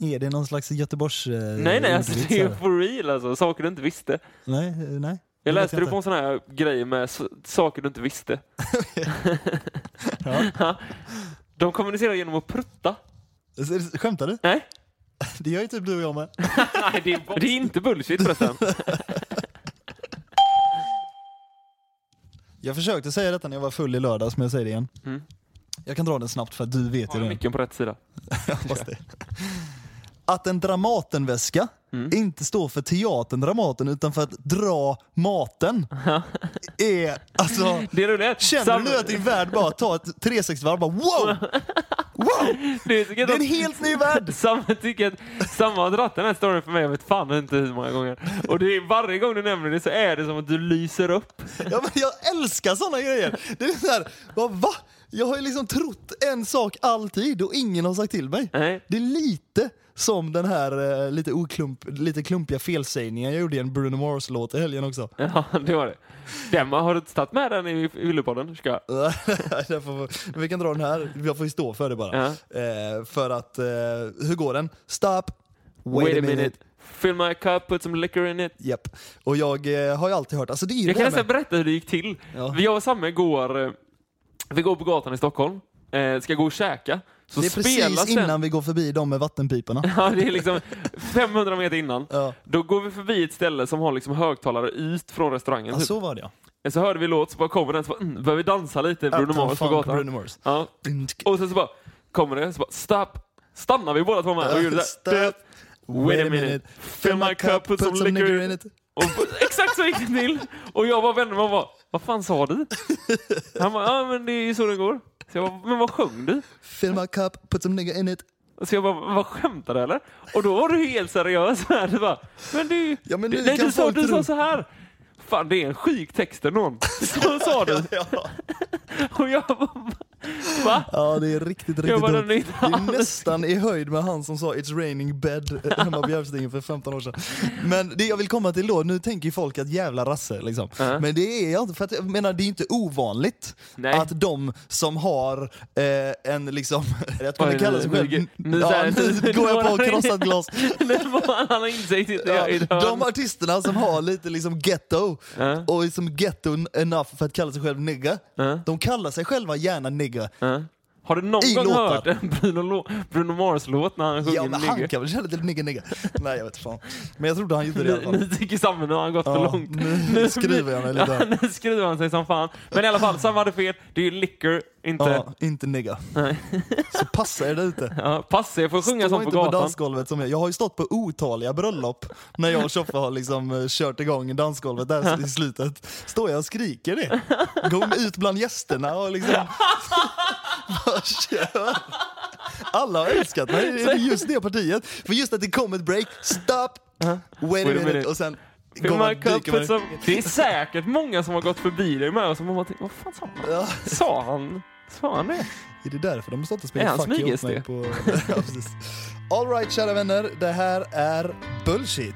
S1: Mm, Är det någon slags Göteborgs... Eh,
S2: nej, nej, alltså
S1: ordvits
S2: det är
S1: här?
S2: for real alltså. Saker du inte visste.
S1: Nej, eh, nej.
S2: Jag
S1: vet
S2: läste det
S1: inte.
S2: på en sån här grej med s- saker du
S1: [laughs]
S2: inte visste. De kommunicerar genom att prutta.
S1: S- Skämtar du?
S2: Nej,
S1: Det gör ju typ du och jag med.
S2: nej det, är det är inte
S1: [laughs]
S2: bullshit förresten.
S1: Jag försökte säga detta när jag var full i lördags, men jag säger det igen.
S2: Mm.
S1: Jag kan dra den snabbt för att du vet
S2: Har
S1: ju
S2: du
S1: det.
S2: micken på rätt sida?
S1: Jag hoppas det. Att en Dramatenväska
S2: Mm.
S1: inte står för Teatern Dramaten utan för att dra maten är alltså...
S2: Det är roligt.
S1: Känner
S2: Sam-
S1: du nu att din värld bara tar ett 360-varv bara wow!
S2: [laughs]
S1: Wow!
S2: det är säkert
S1: Det är en
S2: att-
S1: helt ny värld!
S2: Samma tycker att samma har dragit den här storyn för mig, jag vet fan inte hur många gånger. Och det är, varje gång du nämner det så är det som att du lyser upp.
S1: Ja, men jag älskar såna grejer! Det är så här, bara, va? Jag har ju liksom trott en sak alltid och ingen har sagt till mig.
S2: Nej.
S1: Det är lite som den här eh, lite, oklump, lite klumpiga felsägningen jag gjorde i en Bruno Mars-låt i helgen också. [laughs]
S2: Ja, det var det. Den, har du inte tagit med den i Yllepodden? Ska jag?
S1: Där får vi- vi kan dra den här, jag får ju stå för det bara. Eh, för att, eh, hur går den? Stop, wait, a minute.
S2: Fill my cup, put some liquor in it.
S1: Japp. Och jag eh, har ju alltid hört, alltså det är ju
S2: Jag
S1: det
S2: kan
S1: här
S2: nästan berätta hur det gick till.
S1: Ja.
S2: Vi Jag och Samme går, eh, vi går på gatan i Stockholm, eh, ska gå och käka. Så
S1: Det är
S2: spelas
S1: precis
S2: den-
S1: innan vi går förbi dem med vattenpiporna.
S2: [laughs] Ja, det är liksom 500 meter innan.
S1: Ja.
S2: Då går vi förbi ett ställe som har liksom högtalare ut från restaurangen.
S1: Ja,
S2: typ.
S1: så var det ja.
S2: Så hörde vi låt, så bara kommer den, så bara, mm, börjar vi dansa lite, Bruno
S1: Uptown
S2: Mars på
S1: Funk,
S2: gatan.
S1: Bruno Mars.
S2: Ja. Och sen så bara, kommer det, så bara, stopp. Stannar vi båda två med och gjorde det.
S1: Stop.
S2: Wait a minute. Fill my cup, put some liquor in it. Och exakt så gick det till. Och jag var vände mig och bara, vad fan sa du? Han bara, ja men det är ju så det går. Så jag bara, men vad sjöng du?
S1: Fill my cup, put some nigger in
S2: [laughs]
S1: it.
S2: Så jag bara, vad skämtar du eller? Och då var du helt seriös [laughs] här. Du bara, men du,
S1: Ja, men nu
S2: nej,
S1: kan
S2: du, sa,
S1: folk
S2: du sa
S1: tro-
S2: så här. Fan det är en sjuk text ändå. Så sa du.
S1: Ja.
S2: Och jag bara, Va?
S1: Ja, det är riktigt, riktigt
S2: Jag bara,
S1: dumt.
S2: den är inte
S1: Det är nästan i höjd med han som sa It's raining bed eh, hemma på Järvstingen för 15 år sedan. Men det jag vill komma till då, nu tänker ju folk att jävla rasse liksom.
S2: Ja.
S1: Men det är jag inte, för att, jag menar det är inte ovanligt
S2: Nej.
S1: att de som har eh, en liksom, jag tror det
S2: Oj,
S1: kallas
S2: nu-
S1: sig själv,
S2: nu- nu-
S1: ja,
S2: där-
S1: nu
S2: nu-
S1: går jag på och
S2: [laughs] nu-
S1: krossar ett glas.
S2: Nu får han ha insikt inte
S1: Ja,
S2: jag i
S1: de artisterna som har lite liksom ghetto,
S2: Ja.
S1: och är som ghetto enough för att kalla sig själv nigga,
S2: Ja.
S1: de kallar sig själva gärna nigga.
S2: Ja. Har du någon
S1: I
S2: gång
S1: låtar.
S2: hört en Bruno, Lo- Bruno Mars-låt när han sjunger
S1: Ja, men han
S2: Nigger?
S1: kan väl känna till nigga nigga. Nej, jag vet fan. Men jag trodde han gjorde det i alla
S2: Ni,
S1: fall.
S2: ni tycker samma, nu har han gått
S1: Ja,
S2: för långt.
S1: nu skriver jag mig lite
S2: [laughs] ja,
S1: här.
S2: nu skriver han sig som fan. Men i alla fall, Sam hade fel. Det är ju liquor, inte...
S1: Ja,
S2: Ja.
S1: inte nigga. Så passa er där ute.
S2: passa er för att sjunga
S1: Stå
S2: som på
S1: inte på
S2: gatan.
S1: dansgolvet som jag. Jag har ju stått på otaliga bröllop när jag och Tjoffe har liksom eh, kört igång dansgolvet där i slutet. Står jag och skriker det. Går ut bland gästerna och liksom... [laughs] Bara kör. Alla har älskat mig. Det är just det partiet. För just att det kom ett break.
S2: Uh-huh.
S1: Stop! Wait a minute. Och sen...
S2: Fill
S1: går man-
S2: my cup
S1: dyker man-
S2: with some- Det är säkert många som har gått förbi dig med och som har bara tänkt, vad fan sa han?
S1: Ja.
S2: Sa han? Sa han det?
S1: Är det därför de har stått och
S2: Är
S1: spelat
S2: han
S1: Fuck you åt
S2: smyg-SD?
S1: mig på... [laughs] ja, precis. All right, kära vänner. Det här är bullshit.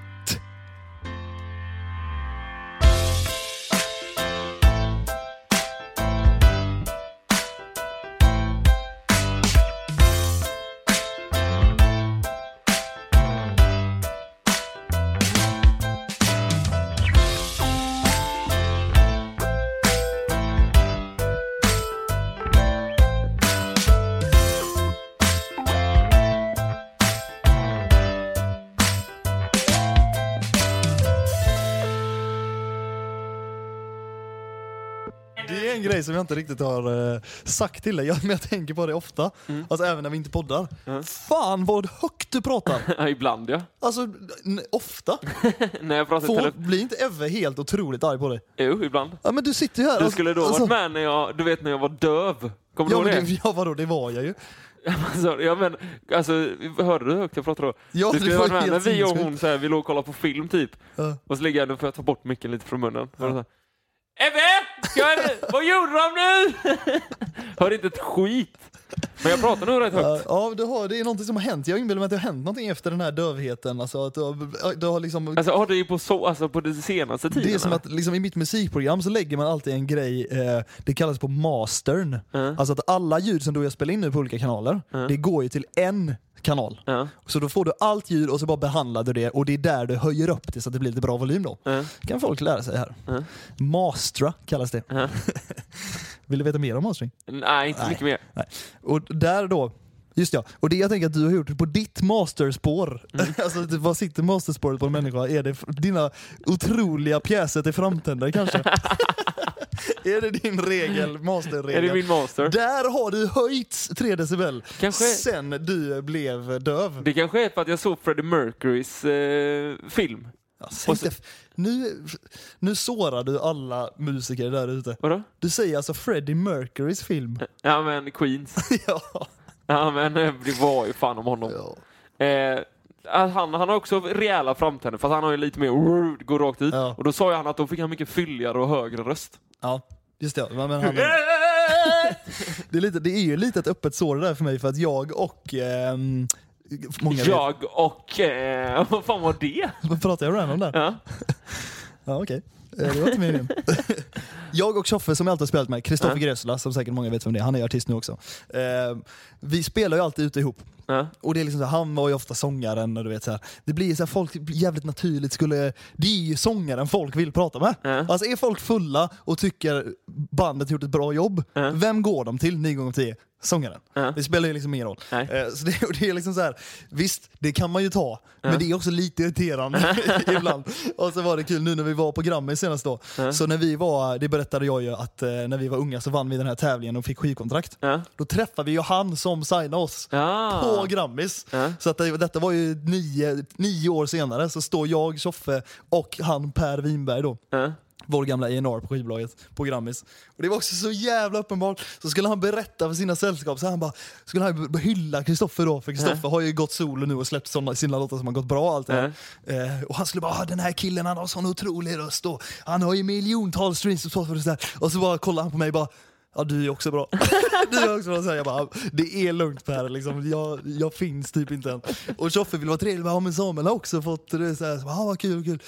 S1: Det är en grej som jag inte riktigt har eh, sagt till dig, [laughs] jag, men jag tänker på det ofta.
S2: Mm.
S1: Alltså även när vi inte poddar. Fan vad högt du
S2: [laughs]
S1: pratar!
S2: Ja, ibland ja.
S1: Alltså, n-
S2: [laughs]
S1: ofta.
S2: När jag pratar i
S1: Får,
S2: telefon.
S1: blir inte Evve helt otroligt arg på dig?
S2: Jo, ibland.
S1: Ja men du sitter ju här.
S2: Du
S1: alltså-
S2: skulle då
S1: alltså,
S2: varit med när jag, du vet när jag var döv. Kommer
S1: Ja,
S2: du ihåg
S1: men
S2: det?
S1: det, ja vadå, det var jag ju.
S2: Alltså, ja, men, alltså, hörde du hur högt jag pratade då?
S1: Ja,
S2: du skulle
S1: det var
S2: varit med när
S1: helt
S2: vi och
S1: sinnessjukt.
S2: hon så här, vi låg och kollade på film typ.
S1: Ja.
S2: Och så ligger jag, nu får jag ta bort micken lite från munnen. Och så här, Ebbe! Ska jag- Vad gjorde de nu? [laughs] Hörde inte ett skit. Men jag pratar nog rätt högt.
S1: Ja, Ja, du har, det är någonting som har hänt. Jag inbillar mig att det har hänt någonting efter den här dövheten. Alltså att du har, du har liksom
S2: Alltså, har det ju på, så, alltså, på den senaste tiden?
S1: Det är som
S2: eller?
S1: att liksom, i mitt musikprogram så lägger man alltid en grej, eh, det kallas på mastern. Alltså att alla ljud som du och jag spelar in nu på olika kanaler, det går ju till en kanal.
S2: Ja.
S1: Så då får du allt ljud och så bara behandlar du det och det är där du höjer upp det så att det blir lite bra volym då. kan folk lära sig här. Mastra kallas det. [laughs] Vill du veta mer om mastering?
S2: Nej, inte så mycket mer.
S1: Nej. Och där då, just ja. Och det jag tänker att du har gjort på ditt masterspår.
S2: Mm.
S1: [laughs] alltså typ, vad sitter masterspåret på en människa? Är det f- dina otroliga pjäser till framtänder
S2: [laughs]
S1: kanske? är det din regel,
S2: Är
S1: masterregel?
S2: det min master?
S1: Där har du höjts 3 decibel
S2: Kanske-
S1: sen du blev döv.
S2: Det kanske är för att jag såg Freddie Mercurys eh, film.
S1: Alltså,
S2: och så-
S1: inte f- nu, nu sårar du alla musiker där ute.
S2: Vadå?
S1: Du säger alltså Freddie Mercurys film. [laughs]
S2: Ja men Queens.
S1: ja.
S2: Ja men eh, det var ju fan om honom.
S1: Ja.
S2: Eh, att han, han har också rejäla framtänder fast han har ju lite mer går rakt ut.
S1: Ja.
S2: Och då sa ju han att då fick han mycket fylligare och högre röst. Eh,
S1: Ja, just det. Men han är... Det är, lite, det är ju lite ett öppet sår det där för mig för att jag och... ehm, många vet.
S2: Jag och... Eh, [laughs] vad fan var det?
S1: Vad pratar jag random där?
S2: Ja.
S1: Ja, okej. Eh, Det var inte meningen. [laughs] jag och Tjoffe som jag alltid har spelat med, Kristoffer Grösula som säkert många vet vem det är, han är ju artist nu också. Eh, vi spelar ju alltid ute ihop.
S2: Ja.
S1: Och det är liksom så här, han var ju ofta sångaren och du vet så här. Det blir så här, folk jävligt naturligt skulle... Det är ju sångaren folk vill prata med. Alltså är folk fulla och tycker bandet gjort ett bra jobb, vem går de till 9 gånger 10 Sångaren. Det spelar ju liksom ingen roll.
S2: Nej.
S1: Eh, Så det, och det är liksom så här, visst, det kan man ju ta, men det är också lite
S2: [laughs]
S1: irriterande [laughs] ibland. Och så var det kul nu när vi var på Grammy senast då. Så när vi var, det berättade jag ju att eh, när vi var unga så vann vi den här tävlingen och fick skivkontrakt.
S2: Ja.
S1: Då träffade vi ju han som signade oss
S2: Ja.
S1: på Grammis. Så att det, detta var ju nio, nio år senare så står jag, Tjoffe och han Per Winberg då.
S2: Ja.
S1: Vår gamla ENR på skivbolaget på Grammis. Och det var också så jävla uppenbart. Så skulle han berätta för sina sällskap, så han bara, skulle han b- hylla Kristoffer då, för Kristoffer har ju gått solo nu och släppt såna, sina låtar som har gått bra. och Allt det här. eh, och han skulle bara, "Ah, den här killen han har sån otrolig röst och han har ju miljontals streams och så, och så, där. Och så bara kollar han på mig och bara, Ja du är också bra. [laughs] du är också bra. Så här, jag bara, det är lugnt Per, liksom. jag, jag finns typ inte än. Och Tjoffe vill vara trevlig, bara, ja, men Samuel har också fått det. Så här, så bara, ja, vad kul, kul.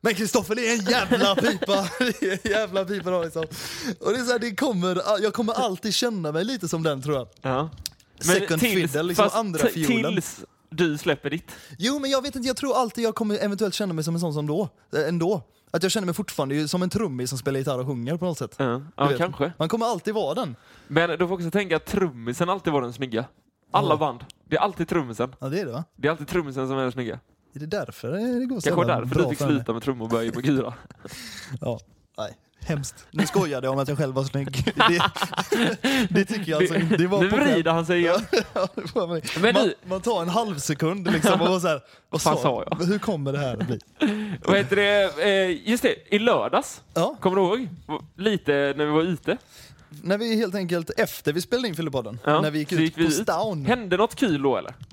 S1: Men Kristoffer det är en
S2: [laughs]
S1: jävla pipa! Det är en jävla pipa då, liksom. Och det är så här, det kommer, jag kommer alltid känna mig lite som den tror jag.
S2: Ja.
S1: Second fiddle, liksom
S2: fast
S1: andra
S2: t-
S1: fiolen.
S2: Tills du släpper ditt.
S1: Jo men jag vet inte, jag tror alltid jag kommer eventuellt känna mig som en sån som då. eh, Ändå. Att jag känner mig fortfarande ju som en trummis som spelar gitarr och sjunger på något sätt.
S2: Ja,
S1: Du
S2: ja
S1: vet.
S2: kanske.
S1: Man kommer alltid vara den.
S2: Men du får också tänka att trummisen alltid var den snygga. Alla band. Det är alltid trummisen.
S1: Ja det är det va?
S2: Det är alltid trummisen som är den snygga.
S1: Är det därför det går så
S2: Kanske
S1: jävla
S2: därför
S1: bra
S2: du fick
S1: för henne?
S2: sluta med trummor och börja på gyra.
S1: Ja. Nej. Hemskt. Nu skojade jag om att jag själv var snygg.
S2: [laughs]
S1: Det, det tycker jag alltså inte. Det var
S2: Nu
S1: på skämt.
S2: vrider han sig igen.
S1: Ja, [laughs] det var mig.
S2: Men
S1: man,
S2: du-
S1: man tar en halv sekund liksom och
S2: [laughs]
S1: så här, vad
S2: Fan, sa jag?
S1: Hur kommer det här att bli?
S2: Vad heter det? Eh, Just det, i lördags.
S1: Ja,
S2: Kommer du ihåg? Lite när vi var ute.
S1: när vi helt enkelt, efter vi spelade in Fyllepodden,
S2: Ja,
S1: när vi gick
S2: så
S1: ut
S2: gick vi
S1: på
S2: ut.
S1: stan.
S2: Hände något kul då eller?
S1: Ja,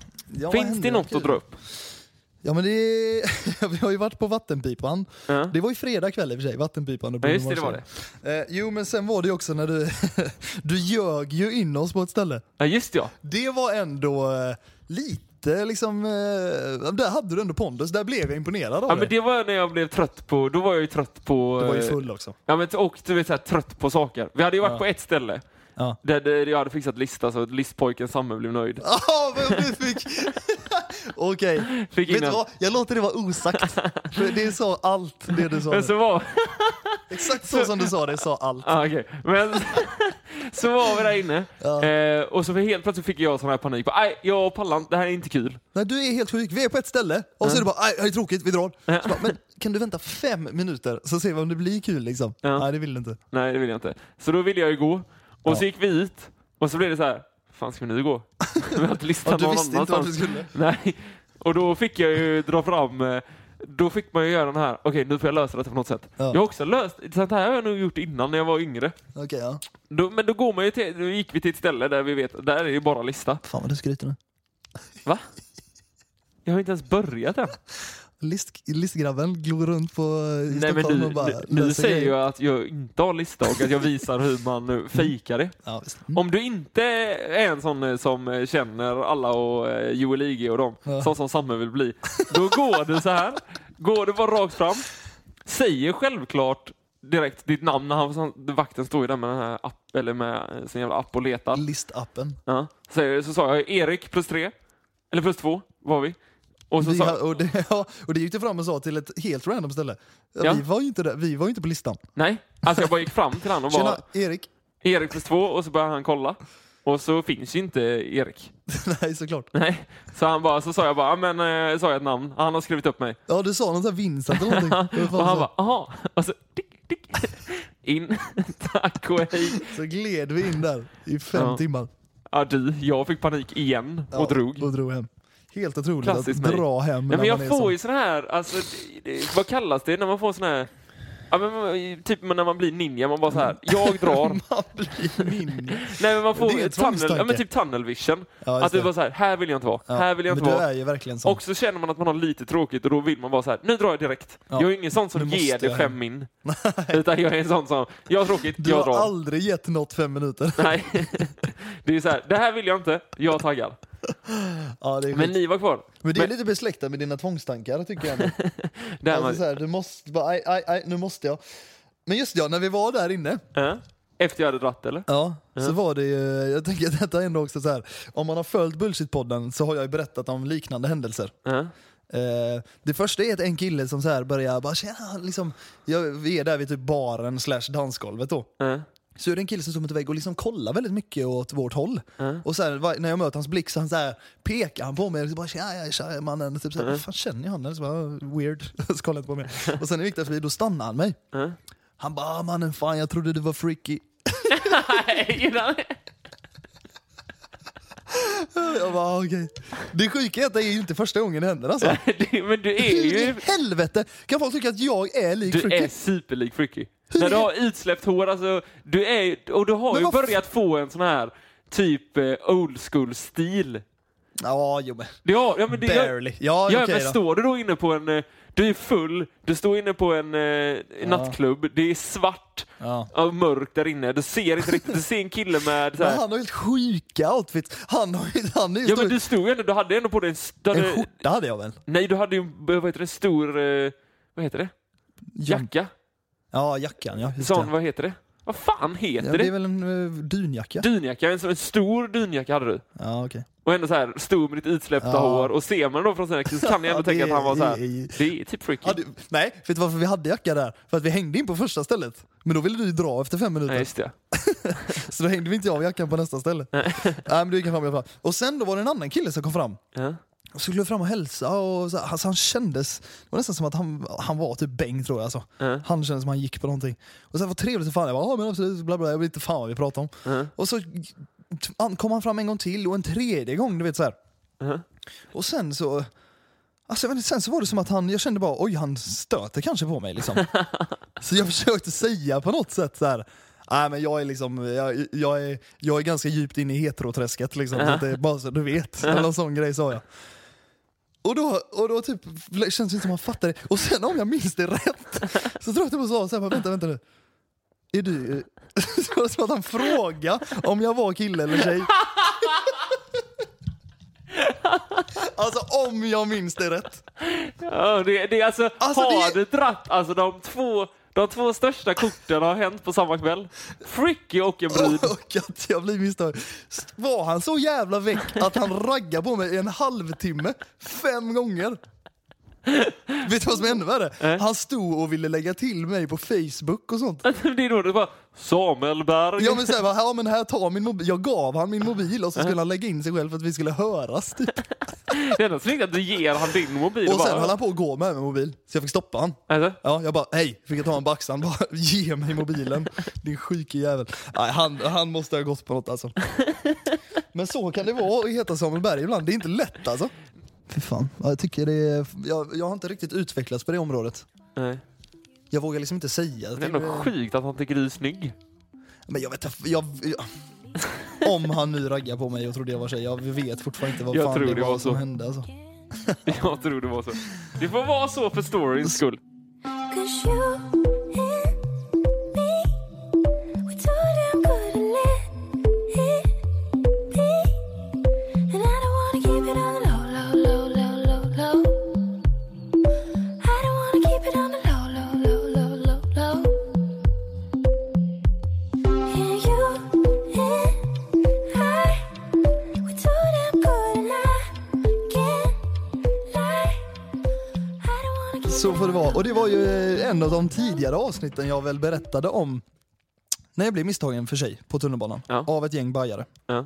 S1: vad
S2: Finns
S1: hände?
S2: det något att dra upp?
S1: Ja men det, [laughs] vi har ju varit på Vattenpipan.
S2: Ja.
S1: Det var ju fredag kväll i och för sig, Vattenpipan och
S2: Ja,
S1: Bruno
S2: just det, det var det.
S1: Mars. Eh, jo men sen var det ju också när du, [laughs] du ljög ju in oss på ett ställe.
S2: Ja, just det, ja.
S1: Det var ändå eh, lite liksom, eh, där hade du ändå pondus, där blev jag imponerad av
S2: ja
S1: dig.
S2: men det var när jag blev trött på... Då var jag ju trött på...
S1: Du var ju
S2: eh,
S1: full också.
S2: Ja, men, och du vet, så här, trött på saker. Vi hade ju varit på ett ställe.
S1: Ja.
S2: Där, där jag hade fixat lista så att listpojken Samme blev nöjd.
S1: Ja, men vi
S2: [laughs]
S1: fick... Okej,
S2: Fick
S1: vet du
S2: innan.
S1: vad? Jag låter det vara osagt. För det sa allt det du sa.
S2: Men
S1: nu.
S2: så var... [laughs]
S1: Exakt så som du sa det sa allt.
S2: Ah, okej. Men [laughs] så var vi där inne.
S1: Ja.
S2: Eh, och så helt plötsligt fick jag sån här panik. Bara, Nej, jag pallar inte. Det här är inte kul.
S1: Nej, du är helt sjuk, vi är på ett ställe och så är det bara "Aj, det här är tråkigt, vi drar. Så bara, men kan du vänta fem minuter så ser vi om det blir kul liksom.
S2: Ja.
S1: Nej det vill du inte.
S2: Nej, det vill jag inte. Så då ville jag ju gå. Och så gick vi hit. Och så blev det så här. Fan, ska vi
S1: [laughs]
S2: nu gå? Vi har inte
S1: Ja,
S2: listat
S1: du
S2: någon
S1: visste inte vart du
S2: annanstans.
S1: skulle.
S2: Nej. Och då fick jag ju dra fram... eh, Då fick man ju göra den här. Okej, nu får jag lösa detta på något sätt.
S1: Ja.
S2: Jag har också löst... Sånt här har jag nog gjort innan när jag var yngre.
S1: Okej, ja.
S2: Då, men då, går man ju till, då gick vi till ett ställe där vi vet där är ju bara lista.
S1: Fan vad du skryter nu.
S2: Va? Jag har inte ens börjat än.
S1: List, listgrabben glor runt på eh, i
S2: Nej, men
S1: Stockholm
S2: du,
S1: och bara
S2: du, du
S1: löser
S2: säger
S1: grejer.
S2: ju att jag inte har lista och att jag visar hur man eh, fejkar det.
S1: Ja, visst.
S2: Om du inte är en sån eh, som eh, känner alla och eh, Joel IG och dem,
S1: Ja.
S2: sån som Samme vill bli, då går du så här. Går du bara rakt fram. Säger självklart direkt ditt namn när han, vakten står ju där med den här app, eller med eh, sin jävla app och letar.
S1: Mm. Listappen.
S2: Ja. Så, så sa jag Erik plus tre, eller plus två var vi. Och så
S1: Vi,
S2: sa,
S1: har- och, det, [laughs] ja, och det gick du fram och sa till ett helt random ställe. Ja,
S2: Ja.
S1: Vi, var ju inte där, vi var ju inte på listan.
S2: nej, alltså jag bara gick fram till han och bara
S1: Tjena, Erik. [laughs]
S2: Erik plus två och så började han kolla. Och så finns ju inte Erik.
S1: Nej, såklart.
S2: Nej. Så han bara, så sa jag bara, "Ja, men eh, sa jag ett namn, han har skrivit upp mig.
S1: Ja, du sa någon sån här Vincent eller
S2: [laughs]
S1: någonting. Vad fan
S2: Och han
S1: sa-
S2: bara, aha. Och så, tick, tick. [laughs] In, [laughs] tack och hej.
S1: Så gled vi in där i fem
S2: Ja.
S1: timmar.
S2: Ja du, jag fick panik igen och
S1: Ja,
S2: drog.
S1: Och drog hem. Helt otroligt
S2: Klassiskt
S1: att
S2: mig.
S1: dra hem
S2: Nej,
S1: när
S2: men
S1: man
S2: jag
S1: är
S2: får
S1: sån.
S2: ju sån här, alltså, det- det- vad kallas det när man får sån här, ja, men, man- typ när man blir ninja, man bara så här,
S1: [laughs]
S2: jag drar.
S1: Man blir ninja.
S2: Nej men man får
S1: Mm. Det är en
S2: tunnel,
S1: tvångstanke.
S2: ja, men typ tunnel vision.
S1: Ja, just
S2: att du
S1: det.
S2: bara så här, här vill jag inte vara,
S1: Ja,
S2: [laughs] här vill jag
S1: men
S2: inte
S1: Du
S2: vara.
S1: är ju verkligen sån.
S2: Och så känner man att man har lite tråkigt och då vill man bara så här, nu drar jag direkt.
S1: Ja,
S2: Jag är ingen sån
S1: nu
S2: som
S1: måste
S2: ger
S1: jag
S2: det
S1: hem. [laughs]
S2: fem min. [laughs] Utan jag är en sån som, jag har tråkigt,
S1: du
S2: jag
S1: har
S2: drar.
S1: aldrig gett något fem minuter. [laughs]
S2: Nej. [laughs] Det är så här, det här vill jag inte, jag taggar.
S1: ja, det är
S2: Men
S1: men,
S2: ni var kvar.
S1: men det är
S2: men-
S1: lite besläktat med dina tvångstankar tycker
S2: [laughs]
S1: jag. ändå.
S2: Där
S1: alltså, så här, du måste bara, aj, aj, aj, nu måste jag. Men just det, ja, när vi var där inne
S2: man, ja. Äh? Efter jag hade dratt eller? [laughs]
S1: Ja, så var det ju, jag tänker att detta är ändå också så här. om man har följt Bullshit-podden så har jag ju berättat om liknande händelser.
S2: Ja.
S1: Eh, det första är att en kille som så här börjar bara tjena, liksom, jag, vi är där vid typ baren slash dansgolvet då.
S2: Ja.
S1: Så är det en kille som står mot vägg och liksom kollar väldigt mycket åt vårt håll. Och så här, var- när jag möter hans blick så, han så här, pekar han på mig och så bara tja, tja mannen. Typ så här, fan känner jag honom? Så bara, "Ah, weird. [laughs] så kollar han inte på mig. Och sen när vi gick där förbi då stannade han mig.
S2: Ja.
S1: Han bara ah, mannen fan jag trodde du var freaky.
S2: Nej, nej.
S1: Jag bara ah, okej. Det sjuka är att det är ju inte första gången det händer alltså.
S2: [laughs] Det- Men du är
S1: Hur i
S2: ju...
S1: helvete kan folk tycka att jag är lik
S2: Du
S1: freaky?
S2: är superlik Fricky. När du har utsläppt hår, alltså, du är, och du har
S1: Men
S2: ju
S1: vad f-
S2: börjat få en sån här typ eh, old school-stil.
S1: Ja, jo men
S2: Ja, ja, men det, jag,
S1: barely. Ja,
S2: ja,
S1: okej
S2: men
S1: då.
S2: står du då inne på en... eh, Du är full, du står inne på en eh, nattklubb, det är svart
S1: Ja.
S2: och mörkt där inne. Du ser inte riktigt, du ser en kille med... Så
S1: Men
S2: här,
S1: han har helt sjuka outfits. Han har ju... Han är ju
S2: ja,
S1: stor-
S2: men du stod ju ändå, du hade ändå på dig en... s- Du
S1: En
S2: hade,
S1: skjorta hade jag väl?
S2: nej, du hade ju en vad heter det, stor... eh, Vad heter det? Jacka?
S1: Ja, jackan ja. Just
S2: Sån,
S1: det.
S2: vad heter det? Vad fan heter
S1: ja
S2: det?
S1: det är väl en eh, dunjacka?
S2: Dunjacka, en, sån- en stor dunjacka hade du.
S1: Ja, okej.
S2: Och ändå så här stor med ditt utsläppta
S1: Ja.
S2: hår. Och ser man då från sån här så kan jag ändå
S1: Ja,
S2: tänka att
S1: det
S2: han var så här.
S1: är-
S2: Det är typ freaky.
S1: Ja, du, nej, vet du varför vi hade jacka där? För att vi hängde in på första stället. Men då ville du ju dra efter fem minuter.
S2: Nej, just det.
S1: Så då hängde vi inte av jackan på nästa
S2: [laughs]
S1: ställe. nej men du gick fram i alla fall. Och sen då var det en annan kille som kom fram.
S2: Ja.
S1: Och skulle fram och hälsa och så, alltså han kändes, det var nästan som att han, han var typ Bengt tror jag alltså.
S2: Mm.
S1: Han kändes som att han gick på någonting. Och sen var trevligt som fan, jag bara ja men absolut, bla bla, jag vet inte fan vad vi pratar om.
S2: Mm.
S1: Och så t- an- kom han fram en gång till och en tredje gång, du vet så här.
S2: Mhm.
S1: Och sen så, alltså jag vet inte, sen så var det som att han, jag kände bara oj han stöter kanske på mig liksom. så jag försökte säga på något sätt så här. Nej men jag är liksom, jag, jag, är, jag är ganska djupt inne i heteroträsket liksom, så att det är bara så du vet. Eller någon sån grej sa jag. Och då, och då typ, känns det inte som han fattade. Och sen om jag minns det rätt så tror jag att jag sa såhär, vänta vänta nu. Är du... [laughs] Så var det som att han frågade om jag var kille eller tjej. Alltså om jag minns det rätt.
S2: Ja, det, det är alltså,
S1: Alltså,
S2: har
S1: det-
S2: du dratt alltså de två, de två största korten har hänt på samma kväll. Freaky och en
S1: [laughs]
S2: brud.
S1: Och att jag blir misstag. Var han så jävla väck att han raggade på mig i en halvtimme, fem gånger? Vet du vad som är ännu värre? Han stod och ville lägga till mig på Facebook och sånt.
S2: Det är då du bara, Samuel Berg.
S1: Ja men såhär, ja men här ta min mobil. Jag gav han min mobil och så skulle han lägga in sig själv för att vi skulle höras typ.
S2: Det är ändå snyggt att du ger han din mobil
S1: Och sen höll
S2: bara,
S1: han på att gå med min mobil, så jag fick stoppa han.
S2: alltså,
S1: Ja, jag bara hej, fick jag ta en baxan bara [laughs] ge mig mobilen din sjuke jävel. Nej, han, han måste ha gått på något alltså. Men så kan det vara att heta Samuel Berg ibland, det är inte lätt alltså. Fy fan, ja, jag tycker det är, jag, jag har inte riktigt utvecklats på det området.
S2: nej.
S1: Jag vågar liksom inte säga.
S2: Det är ändå sjukt att han tycker du är snygg. [laughs]
S1: Men jag vet inte- jag, jag, Om han nu raggar på mig och trodde jag var tjej, jag vet fortfarande inte vad
S2: Jag
S1: fan
S2: tror
S1: det
S2: det
S1: var
S2: var
S1: som
S2: så.
S1: hände alltså.
S2: Jag tror det var så. Det får vara så för storyns
S1: Mm.
S2: skull.
S5: Cause you and me, we too damn good to let it be. And I don't wanna keep it on the low, low, low, low, low, low. I don't wanna keep it on the low, low, low, low, low, low. And you and I, we too damn good and I can't lie. I don't wanna keep
S1: Så får det vara. Och det var ju eh, en av de tidigare avsnitten jag väl berättade om när jag blev misstagen för sig på tunnelbanan
S2: Ja.
S1: av ett gäng bajare.
S2: Ja.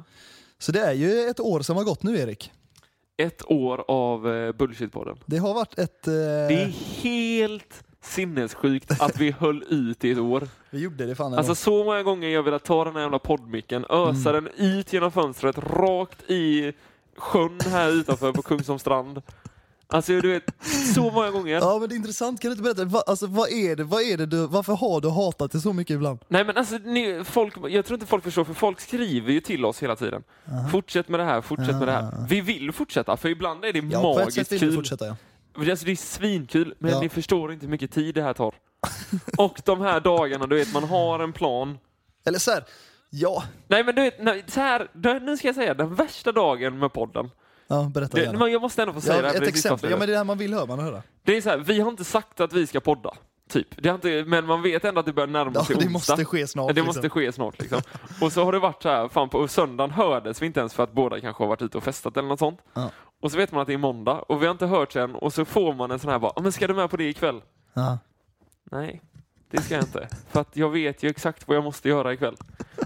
S1: Så det är ju ett år som har gått nu Erik.
S2: Ett år av eh, Bullshitpodden.
S1: Det har varit ett... eh,
S2: Det är helt sinnessjukt att vi höll ut i ett år.
S1: Vi gjorde det fan en
S2: Alltså så många gånger jag velat ta den här jävla poddmicken, ösa
S1: Mm.
S2: den ut genom fönstret, rakt i sjön här utanför på Kungsholmstrand. Alltså du vet, så många gånger.
S1: Ja men det är intressant, kan du inte berätta? Va, alltså, vad är det, vad är det du, varför har du hatat det så mycket ibland?
S2: Nej men alltså, ni, folk, jag tror inte folk förstår, för folk skriver ju till oss hela tiden. Fortsätt med det här, fortsätt med det här. Vi vill fortsätta, för ibland är det
S1: Ah. Ja, på ett sätt
S2: magiskt
S1: vill du
S2: kul.
S1: fortsätta ja.
S2: Men Alltså, det är svinkul, men
S1: Ja.
S2: ni förstår inte hur mycket tid det här tar. Och de här dagarna, du vet, man har en plan.
S1: Eller så här, ja.
S2: Nej men du vet, nej, så här, då- nu ska jag säga den värsta dagen med podden.
S1: Ja, berätta
S2: Det,
S1: gärna.
S2: men jag måste ändå få säga det
S1: ja,
S2: här, för
S1: ett
S2: det är sista
S1: exempel, ja
S2: avsnittet.
S1: men det är det här man vill höra, man höra.
S2: Det är så här, vi har inte sagt att vi ska podda. Typ. Det har inte, men man vet ändå att det börjar närma
S1: Ja,
S2: sig
S1: det
S2: onsdag.
S1: måste ske snart.
S2: det måste ske snart liksom. Och så har det varit så här, fan på söndagen hördes vi inte ens för att båda kanske har varit ute och festat eller något sånt.
S1: Ja.
S2: Och så vet man att det är måndag och vi har inte hört sen och så får man en sån här bara, "Ah, men ska du med på det ikväll?
S1: Ja.
S2: Nej, det ska jag inte. För att jag vet ju exakt vad jag måste göra ikväll.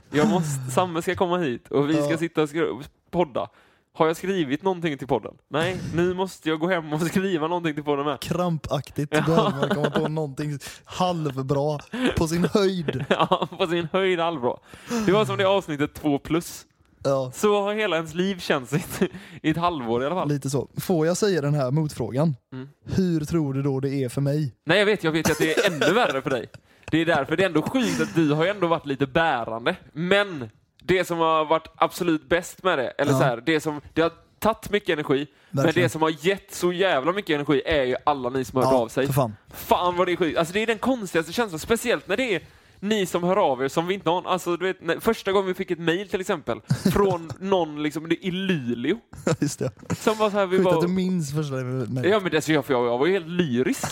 S2: Jag måste, Samme ska komma hit och vi
S1: Ja.
S2: ska sitta och skri- podda. Har jag skrivit någonting till podden? Nej, nu måste jag gå hem och [laughs] skriva någonting till podden med. [laughs]
S1: krampaktigt behöver man komma på någonting halvbra på sin
S2: [laughs]
S1: höjd.
S2: Ja, på sin höjd allbra. Det var som det avsnittet 2 plus.
S1: Ja,
S2: Så har hela ens liv känts i ett, i ett halvår i alla fall.
S1: lite så. Får jag säga den här motfrågan?
S2: Mm.
S1: Hur tror du då det är för mig? [laughs]
S2: Nej, jag vet, jag vet ju att det är ännu värre för dig. Det är därför det är ändå sjukt att du har ju ändå varit lite bärande. Men det som har varit absolut bäst med det, eller
S1: Ja.
S2: så här, det som det har tagit mycket energi, men
S1: Verkligen.
S2: det som har gett så jävla mycket energi är ju alla ni som har hört
S1: Ja,
S2: av sig.
S1: för fan.
S2: Fan vad det är sjukt. Alltså det är den konstigaste känslan, speciellt när det är ni som hör av er som vi inte har Alltså du vet, när, första gången vi fick ett mail till exempel
S1: [laughs]
S2: från någon liksom, det- i Luleå.
S1: Just det.
S2: Som var så här, vi
S1: Sjukt
S2: var,
S1: att du minns första nej.
S2: Ja men dessutom, för jag, jag var ju
S1: [laughs]
S2: helt lyrisk.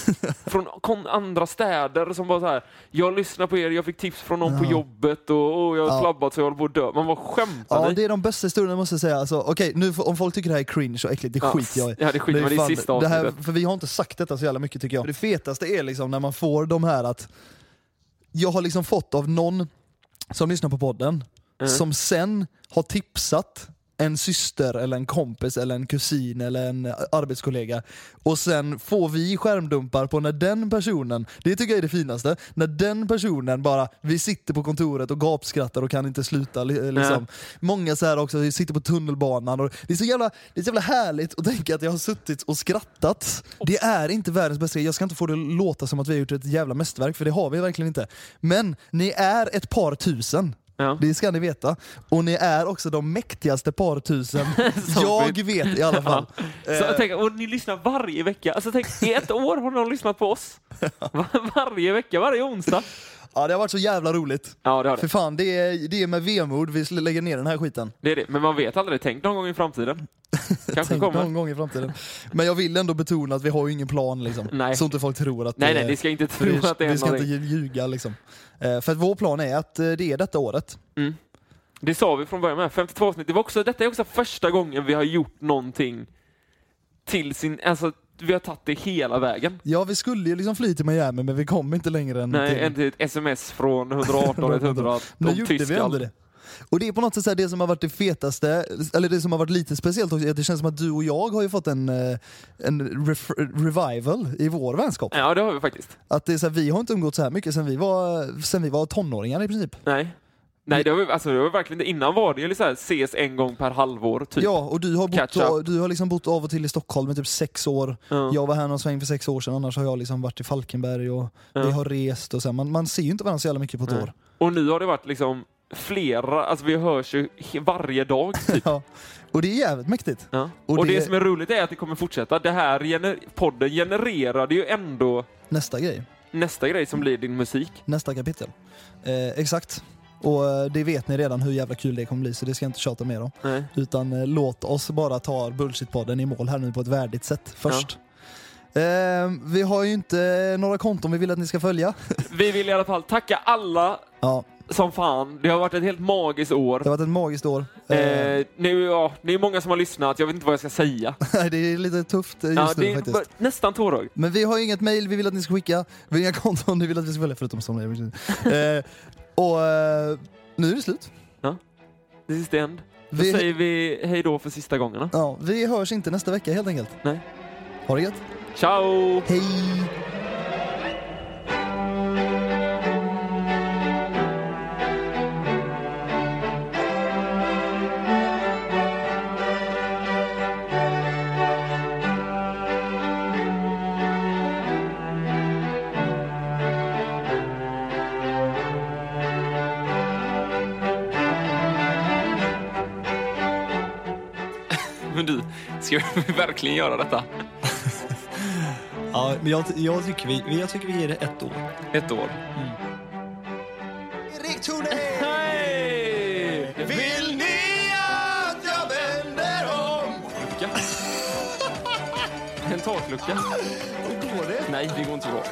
S2: från kon, andra städer som var så här. jag lyssnar på er, jag fick tips från någon på jobbet och, och jag har
S1: Ja.
S2: slabbat så jag håller på att dö. Man var skämtar
S1: Ja,
S2: ni?
S1: det är de bästa historierna måste jag säga. Alltså, okej, nu får- om folk tycker det här är cringe och äckligt, det
S2: Ja,
S1: skiter jag i.
S2: ja, det skiter man i. Det är sista
S1: det här,
S2: avsnittet.
S1: För vi har inte sagt detta så jävla mycket tycker jag. Det fetaste är liksom när man får de här att, jag har liksom fått av någon som lyssnar på podden, som sen har tipsat en syster eller en kompis eller en kusin eller en arbetskollega och sen får vi skärmdumpar på när den personen, det tycker jag är det finaste, när den personen bara, vi sitter på kontoret och gapskrattar och kan inte sluta li- liksom. Många så här också, vi sitter på tunnelbanan och det är så jävla, det är så jävla härligt att tänka att jag har suttit och skrattat. Det är inte världens bästa, jag ska inte få det att låta som att vi har gjort ett jävla mästerverk för det har vi verkligen inte. Men ni är ett par tusen
S2: Ja.
S1: det ska ni veta. Och ni är också de mäktigaste par tusen jag vet i alla fall.
S2: Så jag tänker, och ni lyssnar varje vecka. Alltså tänk, i ett år har någon lyssnat
S1: [laughs]
S2: på oss. Var- Varje vecka, varje onsdag.
S1: Ja, det har varit så jävla roligt.
S2: Ja, det har
S1: För
S2: det.
S1: fan, det är, det är med vemod vi sl- lägger ner den här skiten.
S2: det, är det. Men man vet aldrig. Tänk någon gång
S1: [laughs]
S2: i framtiden. Kanske
S1: Tänk
S2: kommer.
S1: någon gång i framtiden. Men jag vill ändå betona att vi har ju ingen plan liksom.
S2: Nej.
S1: Så inte folk tror att
S2: Nej,
S1: det
S2: nej, ni ska inte tro att det är
S1: Vi ska inte
S2: någonting.
S1: ljuga liksom. Eh, För att vår plan är att eh, det är detta året.
S2: Det sa vi från början med. 52 avsnitt. Det var också, detta är också första gången vi har gjort någonting till sin... Alltså, vi har tagit det hela vägen.
S1: Ja, vi skulle ju liksom fly till Miami men vi kom inte längre än
S2: Nej,
S1: till...
S2: inte ett sms
S1: [laughs]
S2: från 118 100
S1: Nu
S2: om
S1: gjorde vi
S2: Tyskland.
S1: ändå det. Och det är på något sätt så här det som har varit det fetaste, eller det som har varit lite speciellt också, är att det känns som att du och jag har ju fått en, eh, en ref- revival i vår vänskap.
S2: Ja, det har vi faktiskt.
S1: Att det är så här, vi har inte umgått så här mycket sen vi var, sen vi var tonåringar i princip.
S2: Nej. Nej, det har vi, alltså, det har vi verkligen inte. Innan var det ju så här, ses en gång per halvår, typ.
S1: Ja, och du har,
S2: Catch
S1: bott,
S2: up.
S1: du har liksom bott av och till i Stockholm i typ sex år. Jag var här någon sväng för sex år sedan, annars har jag liksom varit i Falkenberg och vi har rest och så här. Man, man ser ju inte varandra så jävla mycket på ett år.
S2: Och nu har det varit liksom flera, alltså vi hörs ju he- varje dag
S1: [laughs]
S2: typ.
S1: Ja. Och det är jävligt mäktigt.
S2: Ja.
S1: Och
S2: Och, det...
S1: det-
S2: som är roligt är att det kommer fortsätta. Det här gener- podden genererade ju ändå
S1: Nästa grej.
S2: nästa grej som blir din musik.
S1: nästa kapitel. Eh, exakt. Och eh, det vet ni redan hur jävla kul det kommer bli så det ska jag inte tjata mer om.
S2: Nej.
S1: Utan eh, låt oss bara ta Bullshitpodden i mål här nu på ett värdigt sätt först. Eh, vi har ju inte eh, några konton vi vill att ni ska följa.
S2: Vi vill i alla fall tacka alla
S1: Ja,
S2: som fan. Det har varit ett helt magiskt år.
S1: det har varit ett magiskt år. Eh,
S2: Eh, nu, ja, det är många som har lyssnat, jag vet inte vad jag ska säga.
S1: det är lite tufft eh, just
S2: Ja, det
S1: nu
S2: är
S1: faktiskt.
S2: bara- nästan tårögd.
S1: Men vi har ju inget mail vi vill att ni ska skicka. Vi har inga konton ni vill att vi ska följa förutom som
S2: [laughs]
S1: eh, Och eh, nu är det slut.
S2: This is the end. Då
S1: Vi-
S2: säger vi hej då för sista gångerna.
S1: Ja, vi hörs inte nästa vecka helt enkelt.
S2: Nej.
S1: Ha det gött.
S2: Ciao!
S1: Hej!
S2: Men du, ska vi [laughs] verkligen göra detta?
S6: Ja, men jag, jag, tycker vi, jag tycker vi ger det ett år.
S2: Ett år.
S1: Erik Thornell!
S2: Hej!
S1: Vill ni att jag vänder om?
S2: [laughs] En taklucka.
S1: Går det?
S2: Nej, det går inte bra.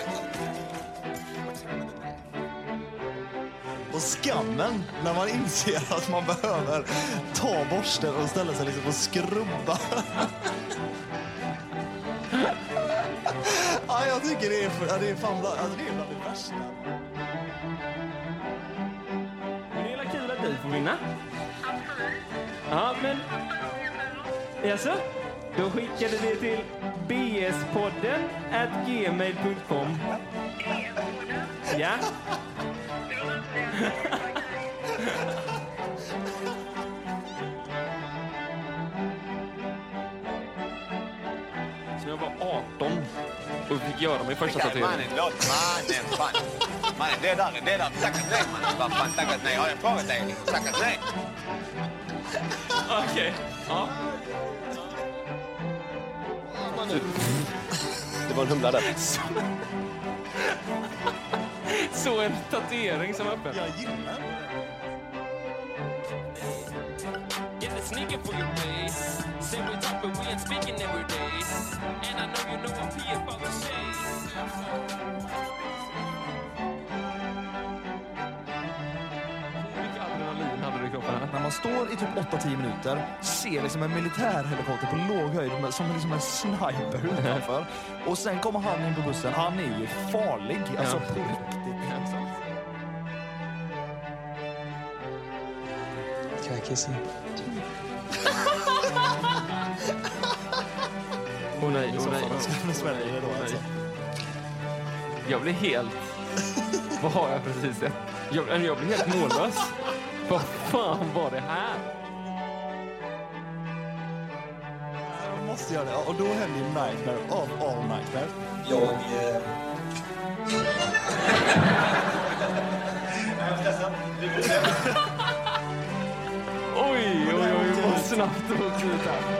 S1: Och skammen när man inser att man behöver ta borsten och ställa sig liksom och skrubba. ja, jag tycker det är, för, ja, det är fan bland, alltså, det är bland det värsta.
S2: Men det är väl kul att du får vinna? Ja, men... Jaså? Då skickar du det till bspodden at gmail.com. Ja. Så jag var 18 och fick göra min första tatuering.
S7: Mannen, låt mannen, fan. Mannen, det där, det där, tackat nej mannen. Vad fan, tackat nej. Har jag frågat dig? Tackat nej.
S2: Okej. Ja.
S8: typ.
S9: Det var en humla där.
S2: Så en tatuering som är öppen.
S10: Get the sneaker for your face. Say we talk, but we ain't speaking every day. And I know you know I'm P about the shade.
S2: Vilken adrenalin hade du i kroppen? här?
S1: När man står i typ 8-10 minuter, ser liksom en militärhelikopter på låg höjd med- som liksom en sniper utanför. Och sen kommer han in på bussen. Han är ju farlig. Alltså på riktigt.
S2: Åh nej, åh nej. Jag blir helt... Vad har jag precis sett? Jag, jag blir helt mållös. Vad fan var det här?
S1: Man måste göra det. Och då händer ju Nightmare av all Nightmare.
S2: Oj, oj, oj, vad snabbt det åkte ut här.